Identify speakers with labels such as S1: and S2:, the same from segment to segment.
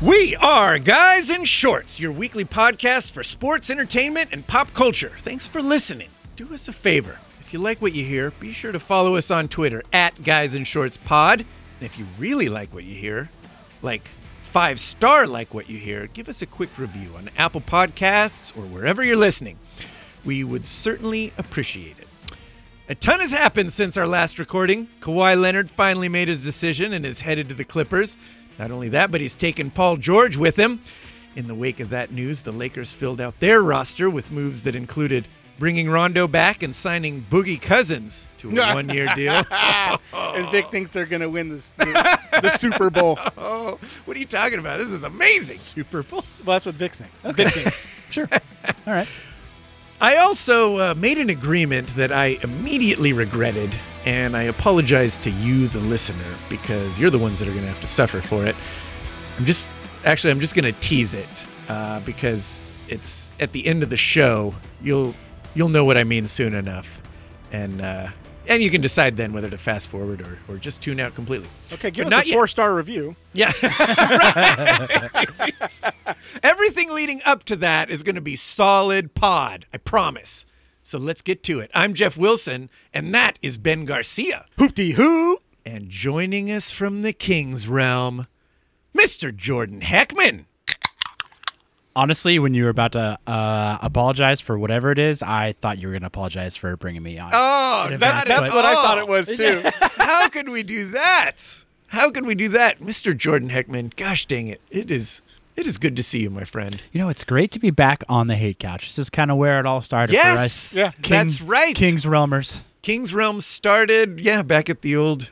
S1: We are Guys in Shorts, your weekly podcast for sports, entertainment, and pop culture. Thanks for listening. Do us a favor. If you like what you hear, be sure to follow us on Twitter at Guys in Shorts Pod. And if you really like what you hear, like five star like what you hear, give us a quick review on Apple Podcasts or wherever you're listening. We would certainly appreciate it. A ton has happened since our last recording. Kawhi Leonard finally made his decision and is headed to the Clippers. Not only that, but he's taken Paul George with him. In the wake of that news, the Lakers filled out their roster with moves that included bringing Rondo back and signing Boogie Cousins to a one year deal.
S2: and Vic thinks they're going to win this, the, the Super Bowl.
S1: oh, what are you talking about? This is amazing.
S3: Super Bowl.
S2: Well, that's what Vic thinks. Vic thinks.
S3: Sure. All right.
S1: I also uh, made an agreement that I immediately regretted, and I apologize to you, the listener, because you're the ones that are going to have to suffer for it. I'm just, actually, I'm just going to tease it uh, because it's at the end of the show. You'll you'll know what I mean soon enough, and uh, and you can decide then whether to fast forward or, or just tune out completely.
S2: Okay, give
S1: But
S2: us
S1: not
S2: a
S1: yet.
S2: four star review.
S1: Yeah. Right. Everything leading up to that is going to be solid pod, I promise. So let's get to it. I'm Jeff Wilson, and that is Ben Garcia.
S2: Hoopty hoop.
S1: And joining us from the King's realm, Mr. Jordan Heckman.
S3: Honestly, when you were about to uh, apologize for whatever it is, I thought you were going to apologize for bringing me on.
S1: Oh,
S3: that-
S2: That's
S3: But-
S2: what I thought it was, too.
S1: How could we do that? How could we do that? Mr. Jordan Heckman, gosh dang it. It is it is good to see you, my friend.
S3: You know, it's great to be back on the hate couch. This is kind of where it all started
S1: Yes!
S3: for us.
S2: Yeah.
S1: That's right.
S3: King's Realmers.
S1: King's Realm started, yeah, back at the old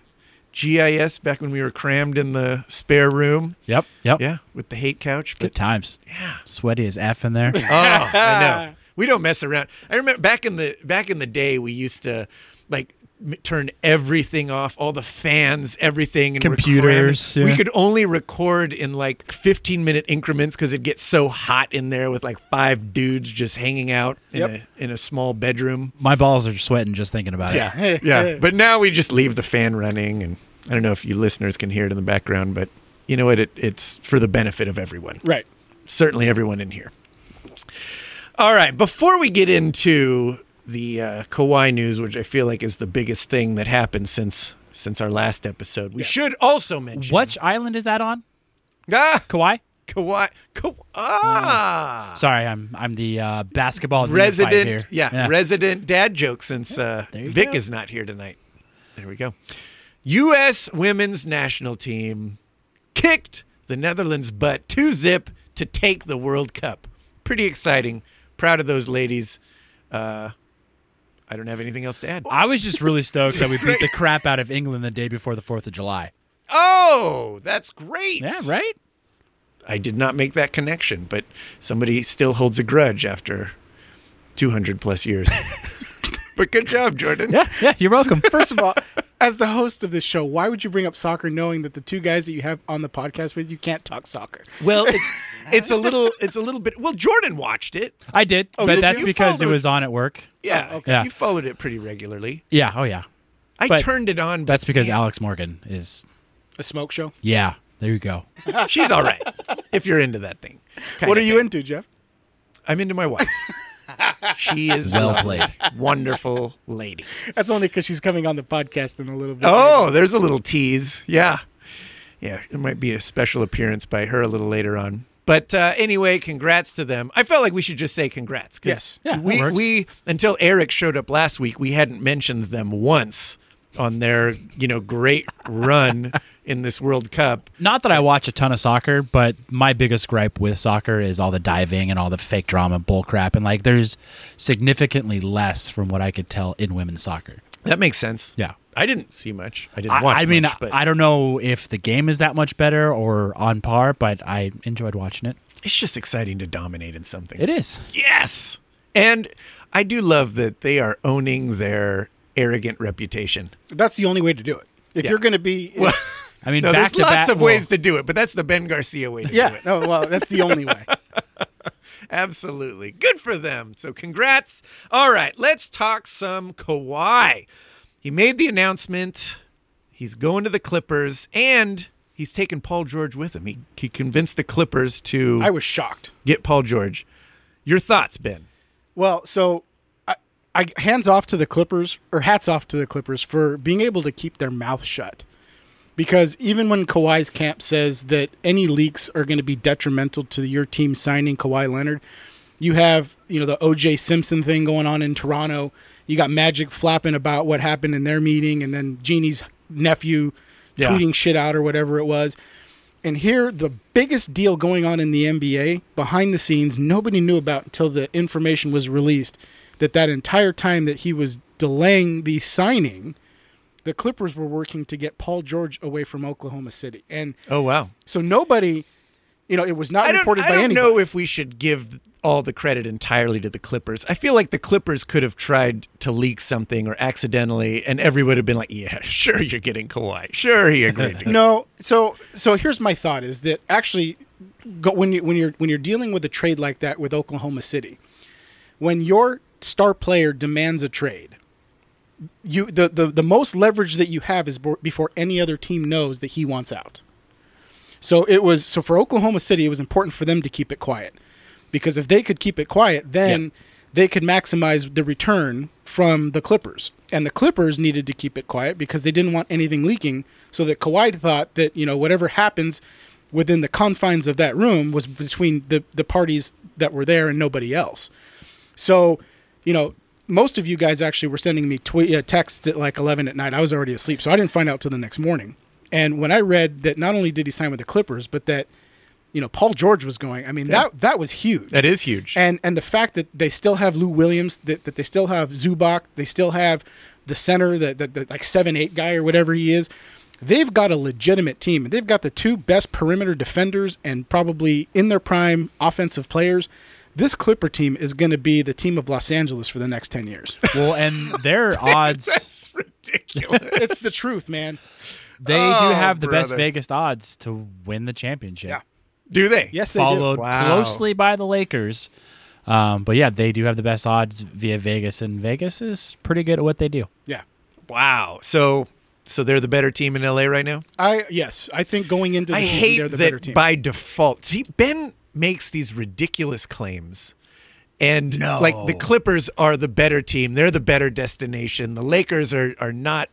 S1: GIS, back when we were crammed in the spare room,
S3: Yep. Yep.
S1: yeah, with the hate couch.
S3: Good
S1: But
S3: times.
S1: yeah,
S3: Sweaty as f in there.
S1: oh, I know. We don't mess around. I remember back in the back in the day, we used to like m- turn everything off, all the fans, everything, and we're
S3: Computers,
S1: cramming. We
S3: yeah.
S1: could only record in like 15 minute increments because it gets so hot in there with like five dudes just hanging out in,
S2: Yep.
S1: a, in a small bedroom.
S3: My balls are sweating just thinking about it.
S1: Yeah, yeah. But now we just leave the fan running, and I don't know if you listeners can hear it in the background, but you know what? It, it's for the benefit of everyone.
S2: Right.
S1: Certainly, everyone in here. All right. Before we get into the uh, Kawhi news, which I feel like is the biggest thing that happened since since our last episode, we should also mention
S3: Which island is that on?
S1: Ah,
S3: Kauai?
S1: Kawhi. Ka- ah.
S3: Sorry, I'm I'm the uh, basketball neophyte
S1: resident
S3: here.
S1: yeah, resident dad joke since uh,
S3: There you
S1: vic
S3: go.
S1: is not here tonight there we go us women's national team kicked the netherlands butt 2 zip to take the world cup pretty exciting proud of those ladies uh, i don't have anything else to add
S3: I was just really stoked that we beat the crap out of England the day before the Fourth of July.
S1: oh that's great
S3: Yeah, right.
S1: i did not make that connection but somebody still holds a grudge after 200 plus years but good job jordan
S3: Yeah, yeah. You're welcome.
S2: First of all, as the host of this show, why would you bring up soccer knowing that the two guys that you have on the podcast with you can't talk soccer?
S1: Well, it's it's a little it's a little bit. Well, Jordan watched it.
S3: I did,
S1: did
S3: but that's
S1: Oh, you?
S3: because
S1: Followed.
S3: it was on at work.
S1: Yeah,
S2: Oh,
S1: okay.
S2: okay.
S3: Yeah.
S1: You followed it pretty regularly.
S3: Yeah. Oh yeah.
S1: I
S3: But
S1: turned it on. but
S3: That's because Alex Morgan is.
S2: A smoke show?
S3: Yeah. There you go.
S1: she's all right. If you're into that thing, Kinda
S2: What are you
S1: thing.
S2: into, Jeff?
S1: I'm into my wife. she is
S3: Well
S1: lovely,
S3: played.
S1: wonderful lady.
S2: That's only because she's coming on the podcast in a little bit.
S1: Oh, there's a little tease. Yeah, yeah. It might be a special appearance by her a little later on. But uh, anyway, congrats to them. I felt like we should just say congrats. 'cause
S2: Yes.
S3: Yeah, that
S1: we
S3: works.
S1: we until Eric showed up last week, we hadn't mentioned them once on their you know great run in this World Cup.
S3: Not that I watch a ton of soccer, but my biggest gripe with soccer is all the diving and all the fake drama bull crap. And like, there's significantly less from what I could tell in women's soccer.
S1: That makes sense.
S3: Yeah.
S1: I didn't see much. I didn't
S3: I,
S1: watch.
S3: I mean,
S1: much, but
S3: I don't know if the game is that much better or on par, but I enjoyed watching it.
S1: it's just exciting to dominate in something.
S3: It is.
S1: Yes. And I do love that they are owning their arrogant reputation.
S2: That's the only way to do it. If
S1: Yeah.
S2: you're going to be.
S3: I mean,
S1: No, there's
S3: back to
S1: lots
S3: back,
S1: of
S3: well,
S1: ways to do it, but that's the Ben Garcia way to do
S2: yeah.
S1: it.
S2: No, well, that's the only way.
S1: Absolutely. Good for them. So congrats. All right, let's talk some Kawhi. He made the announcement. He's going to the Clippers and He's taken Paul George with him. He, he convinced the Clippers to
S2: I was shocked.
S1: get Paul George. Your thoughts, Ben?
S2: Well, so I, I hands off to the Clippers or hats off to the Clippers for being able to keep their mouth shut. Because even when Kawhi's camp says that any leaks are going to be detrimental to your team signing Kawhi Leonard, you have you know the OJ Simpson thing going on in Toronto. You got Magic flapping about what happened in their meeting, and then Genie's nephew
S1: Yeah.
S2: tweeting shit out or whatever it was. And here, the biggest deal going on in the NBA behind the scenes, nobody knew about until the information was released that that entire time that he was delaying the signing, the Clippers were working to get Paul George away from Oklahoma City. And
S1: Oh, wow.
S2: so nobody, you know, it was not
S1: I don't,
S2: reported
S1: I
S2: by
S1: don't
S2: anybody.
S1: know if we should give all the credit entirely to the Clippers. I feel like the Clippers could have tried to leak something or accidentally, and everyone would have been like, yeah, sure, you're getting Kawhi. Sure, he agreed. to-"
S2: no so so here's my thought is that actually go, when you when you're when you're dealing with a trade like that with Oklahoma City when your star player demands a trade you the the, the most leverage that you have is bo- before any other team knows that he wants out so it was so for Oklahoma City it was important for them to keep it quiet because if they could keep it quiet then they could maximize the return from the Clippers. And the Clippers needed to keep it quiet because they didn't want anything leaking so that Kawhi thought that, you know, whatever happens within the confines of that room was between the the parties that were there and nobody else. So, you know, most of you guys actually were sending me tweet uh, texts at like 11 at night. I was already asleep, so I didn't find out till the next morning. And when I read that not only did he sign with the Clippers, but that you know Paul George was going, I mean that that was huge.
S1: that is huge.
S2: And and the fact that they still have Lou Williams, that, that they still have Zubac, they still have the center, that the, the like seven eight guy or whatever he is. They've got a legitimate team. and They've got the two best perimeter defenders and probably in their prime offensive players. This Clipper team is going to be the team of Los Angeles for the next ten years.
S3: Well, and their odds,
S1: That's ridiculous.
S2: it's the truth, man.
S3: they
S1: Oh,
S3: do have the best
S1: brother.
S3: Vegas odds to win the championship.
S2: Yeah.
S1: Do they?
S2: Yes, they
S3: followed
S2: do.
S1: Wow.
S3: closely by the Lakers. Um, but yeah, they do have the best odds via Vegas, and Vegas is pretty good at what they do.
S2: Yeah,
S1: Wow. So so they're the better team in LA right now?
S2: I yes, I think going into the
S1: I
S2: season
S1: hate
S2: they're the
S1: that
S2: better team.
S1: by default. See, Ben makes these ridiculous claims. And like the Clippers are the better team. They're the better destination. The Lakers are are not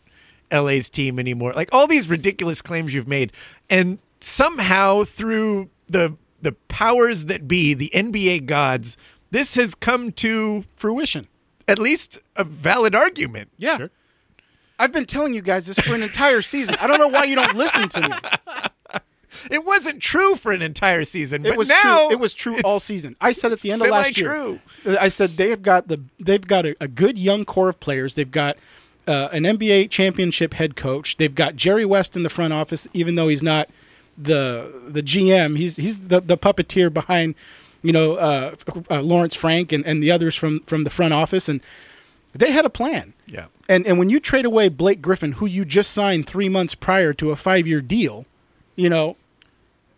S1: LA's team anymore. Like all these ridiculous claims you've made. And somehow through the the powers that be, the NBA gods, this has come to
S2: Fruition.
S1: at least a valid argument.
S2: Yeah. I've been telling you guys this for an entire season. I don't know why you don't listen to me.
S1: It wasn't true for an entire season,
S2: It
S1: but
S2: was
S1: now
S2: true. It was true
S1: it's-
S2: all season. I said at the end of last year.
S1: semi-true.
S2: I said they've got the they've got a, a good young core of players. They've got uh, an NBA championship head coach. They've got Jerry West in the front office, even though he's not the the GM. He's he's the, the puppeteer behind you know uh, uh, Lawrence Frank and, and the others from from the front office, and they had a plan.
S1: Yeah.
S2: And and when you trade away Blake Griffin, who you just signed three months prior to a five year deal, you know,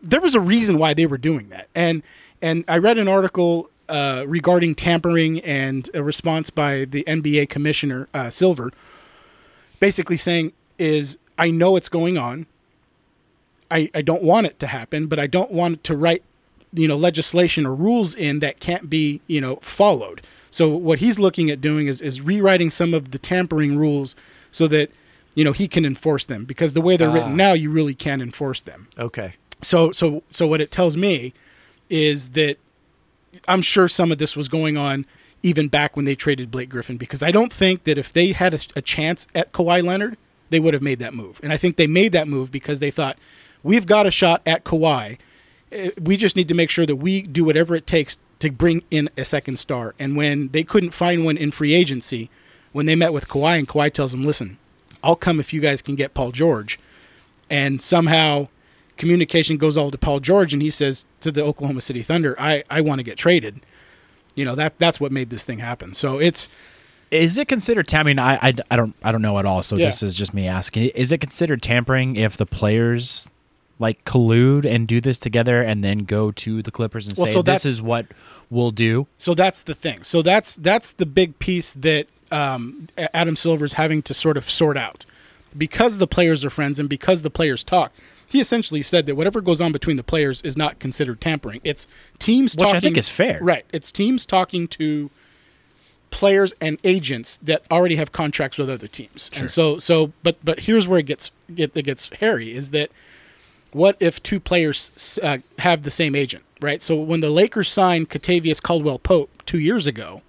S2: there was a reason why they were doing that. And and I read an article uh, regarding tampering and a response by the NBA commissioner uh, Silver, basically saying is I know it's going on. I, I don't want it to happen, but I don't want to write, you know, legislation or rules in that can't be, you know, followed. So what he's looking at doing is, is rewriting some of the tampering rules so that, you know, he can enforce them because the way they're written now, you really can't enforce them.
S1: Okay.
S2: So so so what it tells me is that I'm sure some of this was going on even back when they traded Blake Griffin because I don't think that if they had a, a chance at Kawhi Leonard, they would have made that move. And I think they made that move because they thought we've got a shot at Kawhi. Eh, We just need to make sure that we do whatever it takes to bring in a second star. And when they couldn't find one in free agency, when they met with Kawhi and Kawhi tells them, "Listen, I'll come if you guys can get Paul George." and somehow communication goes all to Paul George and he says to the Oklahoma City Thunder, I, I want to get traded. You know, that that's what made this thing happen. So it's
S3: Is it considered? tam- I mean, I, I, I don't I don't know at all. So
S2: Yeah.
S3: this is just me asking. Is it considered tampering if the players like collude and do this together and then go to the Clippers and
S2: Well,
S3: say
S2: so
S3: this
S2: that's-
S3: is what we'll do?
S2: so that's the thing. So that's that's the big piece that um, A- Adam Silver's having to sort of sort out because the players are friends and because the players talk. he essentially said that whatever goes on between the players is not considered tampering. It's teams
S3: Which I
S2: talking.
S3: think is fair.
S2: Right. It's teams talking to players and agents that already have contracts with other teams. And so so but but here's where it gets it, it gets hairy is that what if two players s- uh, have the same agent, right? So when the Lakers signed Catavius Caldwell Pope two years ago,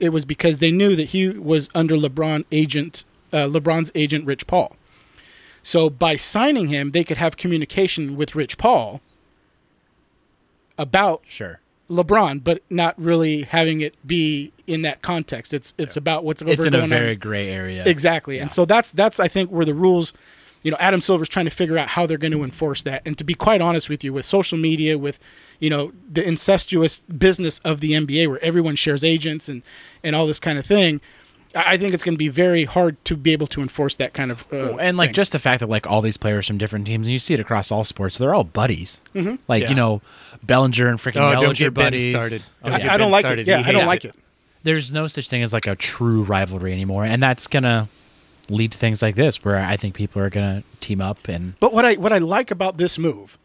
S2: it was because they knew that he was under LeBron agent uh, LeBron's agent Rich Paul. So by signing him, they could have communication with Rich Paul about
S3: Sure.
S2: LeBron, but not really having it be in that context. It's it's about what's over
S3: It's in a
S2: going
S3: very
S2: on.
S3: gray area.
S2: exactly, and so that's that's I think where the rules. You know, Adam Silver's trying to figure out how they're going to enforce that. And to be quite honest with you, with social media, with you know the incestuous business of the NBA, where everyone shares agents and and all this kind of thing, I I think it's going to be very hard to be able to enforce that kind of. Uh,
S1: Oh,
S3: and like
S2: thing.
S3: just the fact that like all these players from different teams, and you see it across all sports, they're all buddies. Mm-hmm. Like
S1: Yeah.
S3: you know, Bellinger and freaking
S1: Oh, don't
S3: Bellinger
S1: get Ben
S3: buddies.
S1: started.
S3: Oh,
S1: Don't
S3: yeah.
S1: get
S2: I, I
S1: Ben
S2: don't like
S1: started,
S2: it. Yeah,
S1: he
S2: I don't
S1: hates
S2: like
S1: it.
S2: it.
S3: There's no such thing as like a true rivalry anymore, and that's gonna lead to things like this where I think people are gonna team up and
S2: But what I what I like about this move,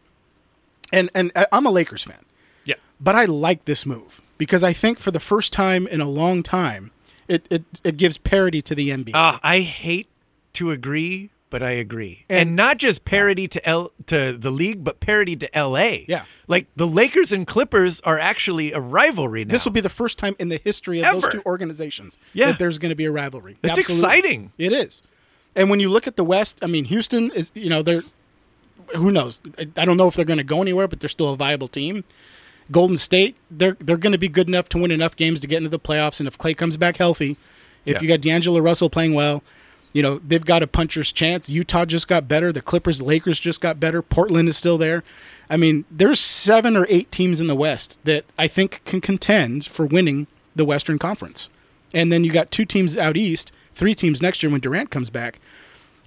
S2: and and I- I'm a Lakers fan,
S1: Yeah.
S2: but I like this move because I think for the first time in a long time, it it, it gives parity to the NBA.
S1: Ah, I hate to agree, but I agree. And, not just parody to L to the league, but parody to LA.
S2: Yeah.
S1: Like the Lakers and Clippers are actually a rivalry now.
S2: this will be the first time in the history of
S1: Ever.
S2: those two organizations
S1: Yeah.
S2: that there's going to be a rivalry.
S1: That's exciting.
S2: It is. And when you look at the West, I mean, Houston is, you know, they're, who knows? I I don't know if they're going to go anywhere, but they're still a viable team. Golden State, they're they're going to be good enough to win enough games to get into the playoffs. And if Clay comes back healthy, if
S1: Yeah.
S2: you got D'Angelo Russell playing well, you know they've got a puncher's chance. Utah just got better. The Clippers, Lakers just got better. Portland is still there. I mean, there's seven or eight teams in the West that I think can contend for winning the Western Conference. And then you got two teams out east, three teams next year when Durant comes back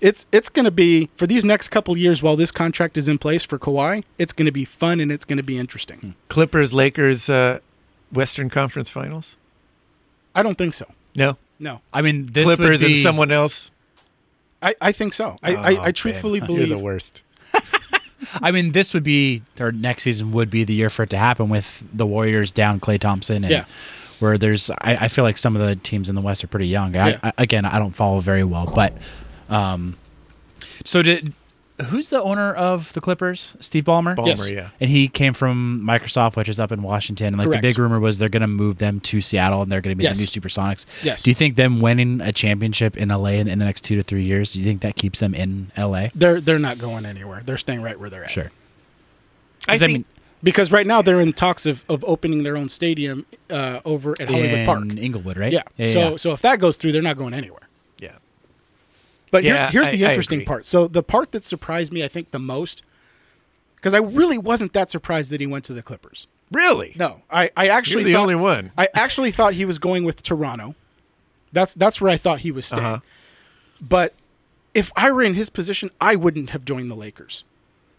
S2: it's it's going to be for these next couple years while this contract is in place for Kawhi. It's going to be fun and it's going to be interesting.
S1: Clippers Lakers uh, Western Conference Finals?
S2: I don't think so.
S1: No.
S2: No,
S3: I mean this would
S1: Clippers and
S3: be-
S1: someone else. Oh,
S2: I, I think so. I, I, I truthfully believe
S1: You're the worst.
S3: I mean, this would be or next season would be the year for it to happen with the Warriors down Clay Thompson and
S2: Yeah.
S3: where there's I, I feel like some of the teams in the West are pretty young. I,
S2: Yeah.
S3: I, again, I don't follow very well, but um, so did who's the owner of the Clippers? Steve Ballmer.
S1: Ballmer,
S2: Yes.
S1: yeah.
S3: And he came from Microsoft, which is up in Washington. And like
S2: Correct.
S3: the big rumor was they're going to move them to Seattle and they're going to be
S2: Yes.
S3: the new Supersonics.
S2: Yes.
S3: Do you think them winning a championship in LA in, in the next two to three years? Do you think that keeps them in LA?
S2: they're they're not going anywhere. They're staying right where they're at.
S3: Sure.
S1: I
S3: 'Cause, I
S1: think
S3: mean,
S2: Because right now they're in talks of, of opening their own stadium uh, over at Hollywood
S3: in
S2: Park.
S3: Inglewood, right?
S2: Yeah.
S3: yeah.
S2: So so if that goes through, they're not going anywhere.
S1: yeah.
S2: But
S1: Yeah,
S2: here's, here's
S1: I-
S2: the
S1: I
S2: interesting
S1: agree.
S2: part. So the part that surprised me, I think, the most, because I really wasn't that surprised that he went to the Clippers.
S1: Really?
S2: No, I, I actually
S1: You're the
S2: thought-
S1: only one.
S2: I actually thought he was going with Toronto. That's that's where I thought he was staying.
S1: Uh-huh.
S2: But if I were in his position, I wouldn't have joined the Lakers.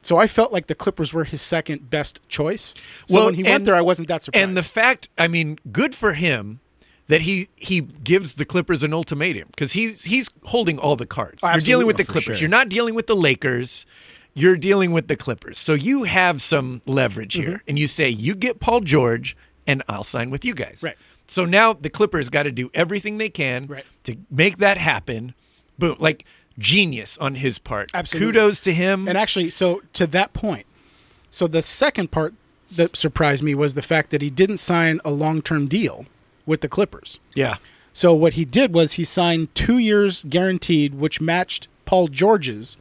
S2: So I felt like the Clippers were his second best choice. So
S1: Well,
S2: when he went
S1: and-
S2: there, I wasn't that surprised.
S1: And the fact, I mean, good for him that he he gives the Clippers an ultimatum because he's he's holding all the cards. You're dealing with the
S2: Absolutely, Oh, for
S1: Clippers.
S3: sure.
S1: You're not dealing with the Lakers. You're dealing with the Clippers. So you have some leverage here,
S2: Mm-hmm.
S1: and you say you get Paul George, and I'll sign with you guys.
S2: Right.
S1: So now the Clippers got to do everything they can
S2: Right.
S1: to make that happen. Boom! Like genius on his part.
S2: Absolutely.
S1: Kudos to him.
S2: and actually, so to that point, so the second part that surprised me was the fact that he didn't sign a long term deal with the Clippers.
S1: yeah.
S2: So what he did was he signed two years guaranteed, which matched Paul George's,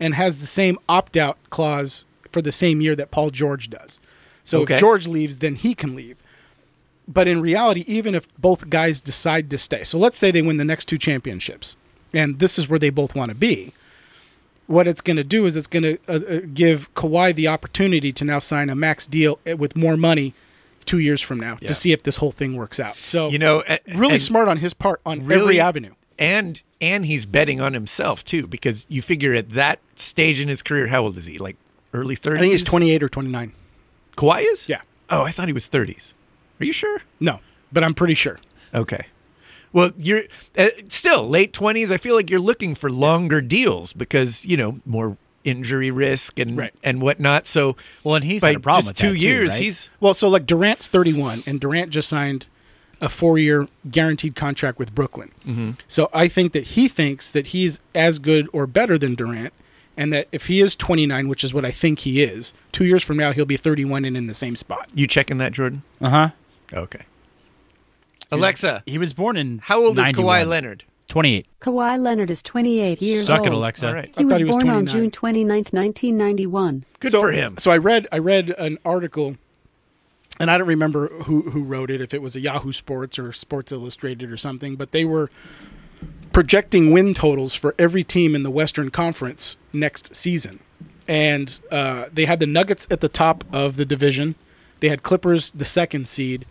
S2: and has the same opt out clause for the same year that Paul George does. So
S1: Okay.
S2: if George leaves, then he can leave. But in reality, even if both guys decide to stay, so let's say they win the next two championships, and this is where they both want to be. What it's going to do is it's going to uh, uh, give Kawhi the opportunity to now sign a max deal uh, with more money two years from now
S1: Yeah.
S2: to see if this whole thing works out. So
S1: You know, a-
S2: really
S1: and-
S2: smart on his part on
S1: really-
S2: every avenue.
S1: And and he's betting on himself too, because you figure at that stage in his career, how old is he? Like early thirties.
S2: I think he's 28 or 29.
S1: Kawhi is.
S2: Yeah.
S1: Oh, I thought he was thirties. Are you sure?
S2: No, but I'm pretty sure.
S1: Okay. Well, you're uh, still late twenties. I feel like you're looking for longer deals because you know more injury risk and
S2: Right.
S1: and whatnot. So
S3: Well, and he's
S1: by
S3: had a problem
S1: just
S3: with
S1: two
S3: that too,
S1: years,
S3: right?
S1: he's
S2: Well, so like Durant's 31, and Durant just signed a four-year guaranteed contract with Brooklyn. So I think that he thinks that he's as good or better than Durant, and that if he is 29, which is what I think he is, two years from now he'll be 31 and in the same spot.
S1: you checking that, Jordan?
S3: uh huh.
S1: Okay. Alexa,
S3: He was born in
S1: how old
S3: 91.
S1: is Kawhi Leonard?
S3: Twenty eight.
S4: Kawhi Leonard is 28 years
S3: Suck
S4: old.
S3: it, Alexa.
S1: All right.
S2: I
S4: He was
S2: thought he was
S4: born on
S2: 29.
S4: June 29, 1991.
S1: Good
S2: so,
S1: for him.
S2: So I read I read an article, and I don't remember who who wrote it. If it was a Yahoo Sports or Sports Illustrated or something, but they were projecting win totals for every team in the Western Conference next season, and uh, they had the Nuggets at the top of the division. They had Clippers the second seed,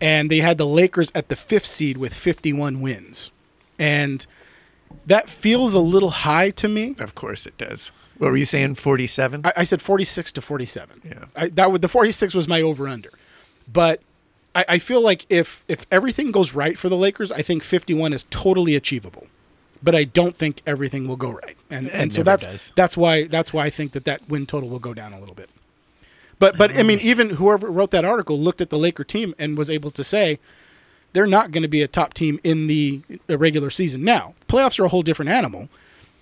S2: and they had the Lakers at the fifth seed with 51 wins, and that feels a little high to me.
S1: Of course it does. What were you saying? Forty-seven.
S2: I, I said 46 to 47.
S1: Yeah.
S2: I, that would, the 46 was my over under. But I, I feel like if, if everything goes right for the Lakers, I think 51 is totally achievable. But I don't think everything will go right. And, and so
S1: never
S2: that's,
S1: does.
S2: that's why, that's why I think that that win total will go down a little bit. But, but I mean,
S1: Mm-hmm.
S2: even whoever wrote that article looked at the Laker team and was able to say they're not going to be a top team in the uh, regular season. Now, playoffs are a whole different animal,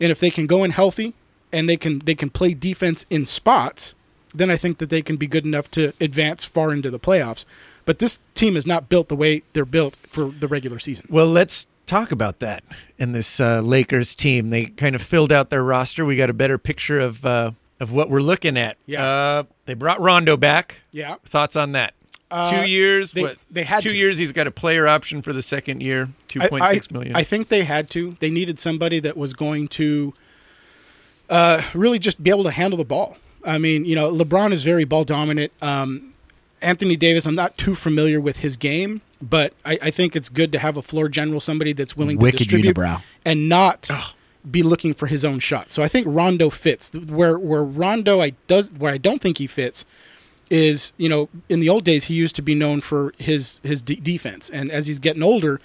S2: and if they can go in healthy and they can they can play defense in spots, then I think that they can be good enough to advance far into the playoffs. But this team is not built the way they're built for the regular season.
S1: Well, let's talk about that and this uh, Lakers team. They kind of filled out their roster. We got a better picture of uh, of what we're looking at.
S2: Yeah.
S1: Uh, they brought Rondo back.
S2: Yeah.
S1: Thoughts on that? two years.
S2: they-
S1: what,
S2: they had
S1: two
S2: to.
S1: years. He's got a player option for the second year. Two
S2: I-
S1: point six
S2: I-
S1: million.
S2: I think they had to. They needed somebody that was going to uh, really just be able to handle the ball. I mean, you know, LeBron is very ball dominant. Um, Anthony Davis, I'm not too familiar with his game, but I, I think it's good to have a floor general, somebody that's willing
S3: Wicked
S2: to distribute
S3: unibrow.
S2: and not be looking for his own shot. So I think Rondo fits. Where where Rondo I does where I don't think he fits is you know in the old days he used to be known for his his de- defense, and as he's getting older,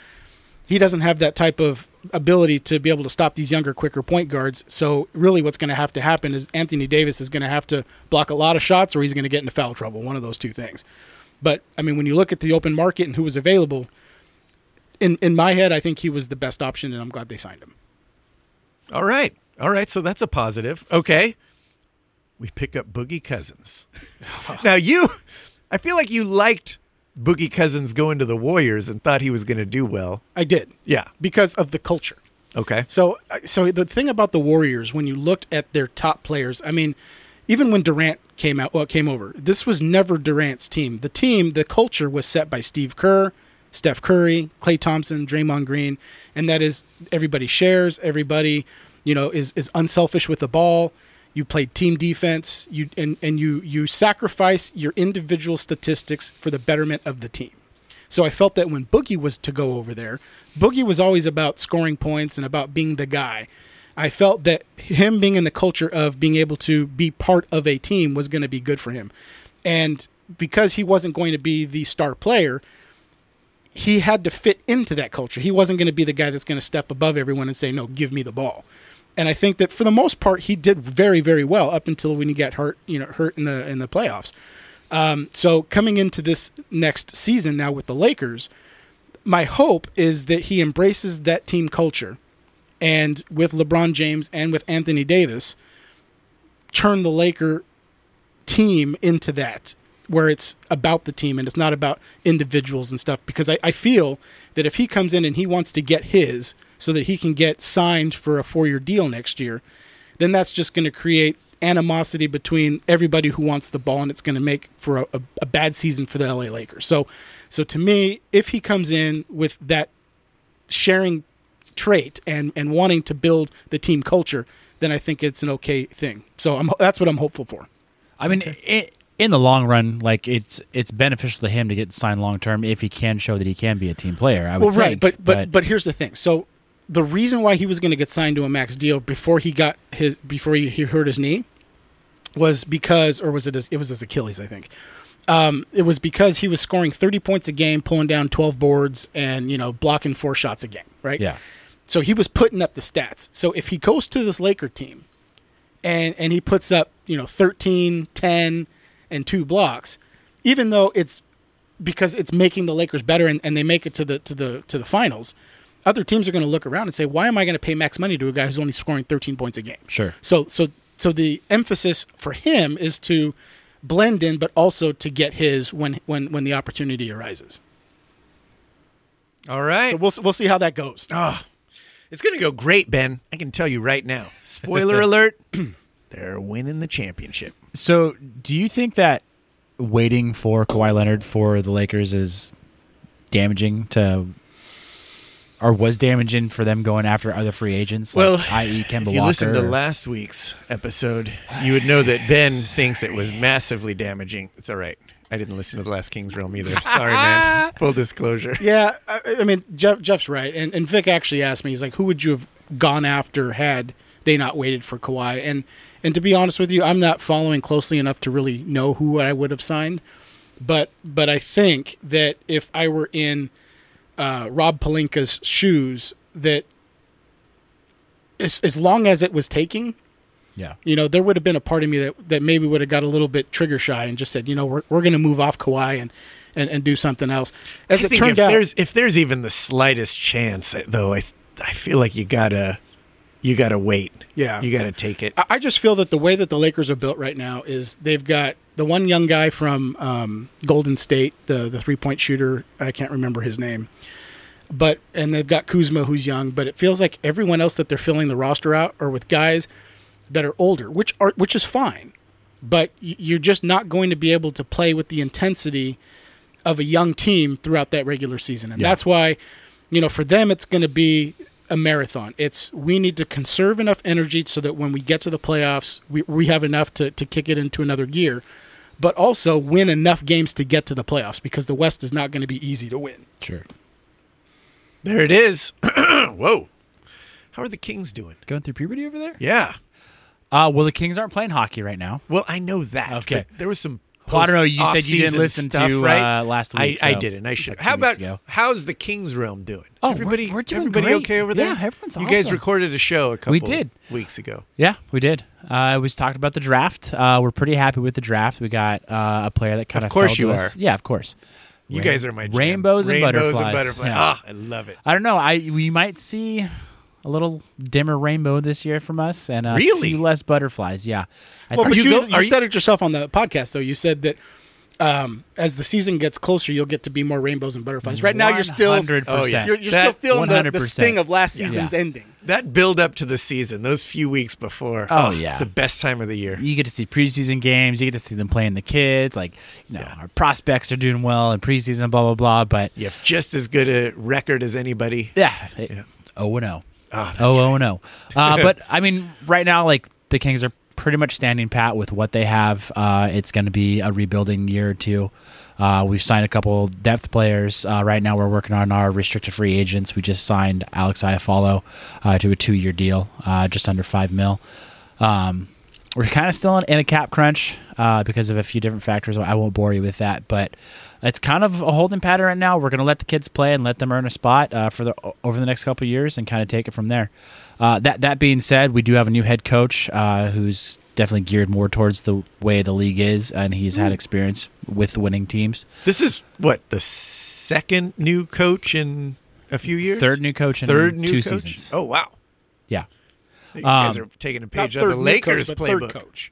S2: he doesn't have that type of ability to be able to stop these younger, quicker point guards. So really, what's going to have to happen is Anthony Davis is going to have to block a lot of shots, or he's going to get into foul trouble. One of those two things. But I mean, when you look at the open market and who was available, in in my head, I think he was the best option, and I'm glad they signed him.
S1: All right. All right. So that's a positive. Okay. We pick up Boogie Cousins. now, you, I feel like you liked Boogie Cousins going to the Warriors and thought he was going to do well.
S2: I did.
S1: Yeah.
S2: Because of the culture.
S1: Okay.
S2: So uh, so the thing about the Warriors when you looked at their top players, I mean, even when Durant came out well came over, this was never Durant's team. The team, the culture was set by Steve Kerr, Steph Curry, Klay Thompson, Draymond Green, and that is everybody shares, everybody, you know, is is unselfish with the ball. You play team defense, you and, and you you sacrifice your individual statistics for the betterment of the team. So I felt that when Boogie was to go over there, Boogie was always about scoring points and about being the guy. I felt that him being in the culture of being able to be part of a team was going to be good for him. And because he wasn't going to be the star player, he had to fit into that culture. He wasn't going to be the guy that's going to step above everyone and say, "No, give me the ball." And I think that for the most part, he did very, very well up until when he got hurt, you know, hurt in the in the playoffs. Um, so coming into this next season now with the Lakers, my hope is that he embraces that team culture, and with LeBron James and with Anthony Davis, turn the Laker team into that where it's about the team and it's not about individuals and stuff because I, I feel that if he comes in and he wants to get his so that he can get signed for a four-year deal next year then that's just going to create animosity between everybody who wants the ball and it's going to make for a, a, a bad season for the la lakers so so to me if he comes in with that sharing trait and and wanting to build the team culture then i think it's an okay thing so I'm, that's what i'm hopeful for
S3: I mean, i in the long run, like it's it's beneficial to him to get signed long term if he can show that he can be a team player. I would
S2: Well, right,
S3: think,
S2: but but but here's the thing. So the reason why he was going to get signed to a max deal before he got his before he, he hurt his knee was because, or was it his, it was his Achilles, I think. Um, it was because he was scoring 30 points a game, pulling down 12 boards, and you know blocking four shots a game, right?
S3: yeah,
S2: So he was putting up the stats. So if he goes to this Laker team and and he puts up you know 13 10 and two blocks even though it's because it's making the lakers better and, and they make it to the to the to the finals other teams are going to look around and say why am i going to pay max money to a guy who's only scoring 13 points a game
S3: Sure.
S2: so so so the emphasis for him is to blend in but also to get his when when when the opportunity arises
S1: All right.
S2: so we'll we'll see how that goes
S1: It's going to go great, Ben. I can tell you right now. Spoiler alert, they're winning the championship.
S3: So, do you think that waiting for Kawhi Leonard for the Lakers is damaging to, or was damaging for them going after other free agents?
S1: Well,
S3: like, i.e., Kemba
S1: If you
S3: Walker.
S1: listened to
S3: or-
S1: last week's episode, you would know that Ben thinks it was massively damaging. It's all right. I didn't listen to the last King's Realm either. Sorry, man. Full disclosure.
S2: Yeah, I, I mean Jeff, Jeff's right, and and Vic actually asked me. He's like, "Who would you have gone after had they not waited for Kawhi?" And and to be honest with you, I'm not following closely enough to really know who I would have signed. But but I think that if I were in uh, Rob Palinka's shoes, that as, as long as it was taking,
S3: yeah.
S2: you know, there would have been a part of me that, that maybe would have got a little bit trigger shy and just said, you know, we're, we're going to move off Kawhi and, and, and do something else. As
S1: I
S2: it
S1: think
S2: turned
S1: if
S2: out,
S1: there's if there's even the slightest chance, though, I I feel like you gotta you gotta wait.
S2: Yeah.
S1: you gotta take it.
S2: I I just feel that the way that the Lakers are built right now is they've got the one young guy from um, Golden State, the the three point shooter. I can't remember his name, but and they've got Kuzma, who's young. But it feels like everyone else that they're filling the roster out are with guys that are older, which are which is fine, but y- you're just not going to be able to play with the intensity of a young team throughout that regular season. And that's why, you know, for them, it's going to be a marathon. It's we need to conserve enough energy so that when we get to the playoffs, we, we have enough to, to kick it into another gear, but also win enough games to get to the playoffs because the West is not going to be easy to win.
S3: Sure.
S1: There it is. Whoa, how are the Kings doing?
S3: Going through puberty over there?
S1: Yeah.
S3: Uh, well, the Kings aren't playing hockey right now.
S1: Well, I know that.
S3: Okay.
S1: but there was some.
S3: Well, I don't know, you said you
S1: post-off-season
S3: didn't listen
S1: stuff,
S3: to,
S1: right?
S3: uh, last week,
S1: I, I
S3: so,
S1: didn't. I should.
S3: like, two
S1: How about
S3: weeks ago.
S1: how's the King's Realm doing?
S3: Oh, we're-
S1: everybody,
S3: we're doing
S1: everybody
S3: great.
S1: okay over there?
S3: Yeah, everyone's
S1: You guys
S3: awesome.
S1: recorded a show a couple.
S3: We did.
S1: weeks ago.
S3: Yeah, we did. Uh, we talked about the draft. Uh, we're pretty happy with the draft. We got uh, a player that kind of.
S1: course
S3: fell to
S1: you
S3: us.
S1: are.
S3: Yeah, of course.
S1: You
S3: Rain-
S1: guys are my jam.
S3: rainbows and
S1: rainbows
S3: butterflies.
S1: and butterflies.
S3: Yeah.
S1: Ah, I love it.
S3: I don't know. I we might see a little dimmer rainbow this year from us, and a
S1: Really?
S3: few less butterflies. Yeah. I
S2: Well, but
S3: think-
S2: you,
S1: you
S2: you,
S1: go- are you-
S2: said it yourself on the podcast, though. You said that um, as the season gets closer, you'll get to be more rainbows and butterflies. Right now, you're still
S3: 100%.
S1: Oh, yeah.
S2: you're, you're
S1: That-
S2: still feeling the, the
S3: 100%.
S2: sting of last season's
S3: Yeah.
S2: ending.
S1: That build up to the season, those few weeks before.
S3: Oh,
S1: it's
S3: yeah.
S1: the best time of the year.
S3: you get to see preseason games. You get to see them playing the kids. Like, you know, our prospects are doing well in preseason, blah, blah, blah. But
S1: You have just as good a record as anybody.
S3: yeah, it, oh and oh.
S1: Ah, that's
S3: oh, oh, no. Uh, but I mean, right now, like the Kings are pretty much standing pat with what they have. Uh, it's going to be a rebuilding year or two. Uh, we've signed a couple depth players. Uh, right now, we're working on our restricted free agents. We just signed Alex Iafallo uh, to a two-year deal, uh, just under five mil. Um, we're kind of still in, in a cap crunch uh, because of a few different factors. I won't bore you with that, but it's kind of a holding pattern right now. We're going to let the kids play and let them earn a spot uh, for the o- over the next couple of years and kind of take it from there. Uh, that that being said, we do have a new head coach uh, who's definitely geared more towards the way the league is, and he's had experience with winning teams.
S1: This is what the second new coach in a few years.
S3: Third new coach in
S1: Third new
S3: two
S1: coach?
S3: seasons.
S1: Oh wow,
S3: Yeah,
S1: you guys
S3: Um,
S1: are taking a
S2: Not
S1: page out of the
S2: new
S1: Lakers
S2: coach, but
S1: playbook.
S2: Third coach.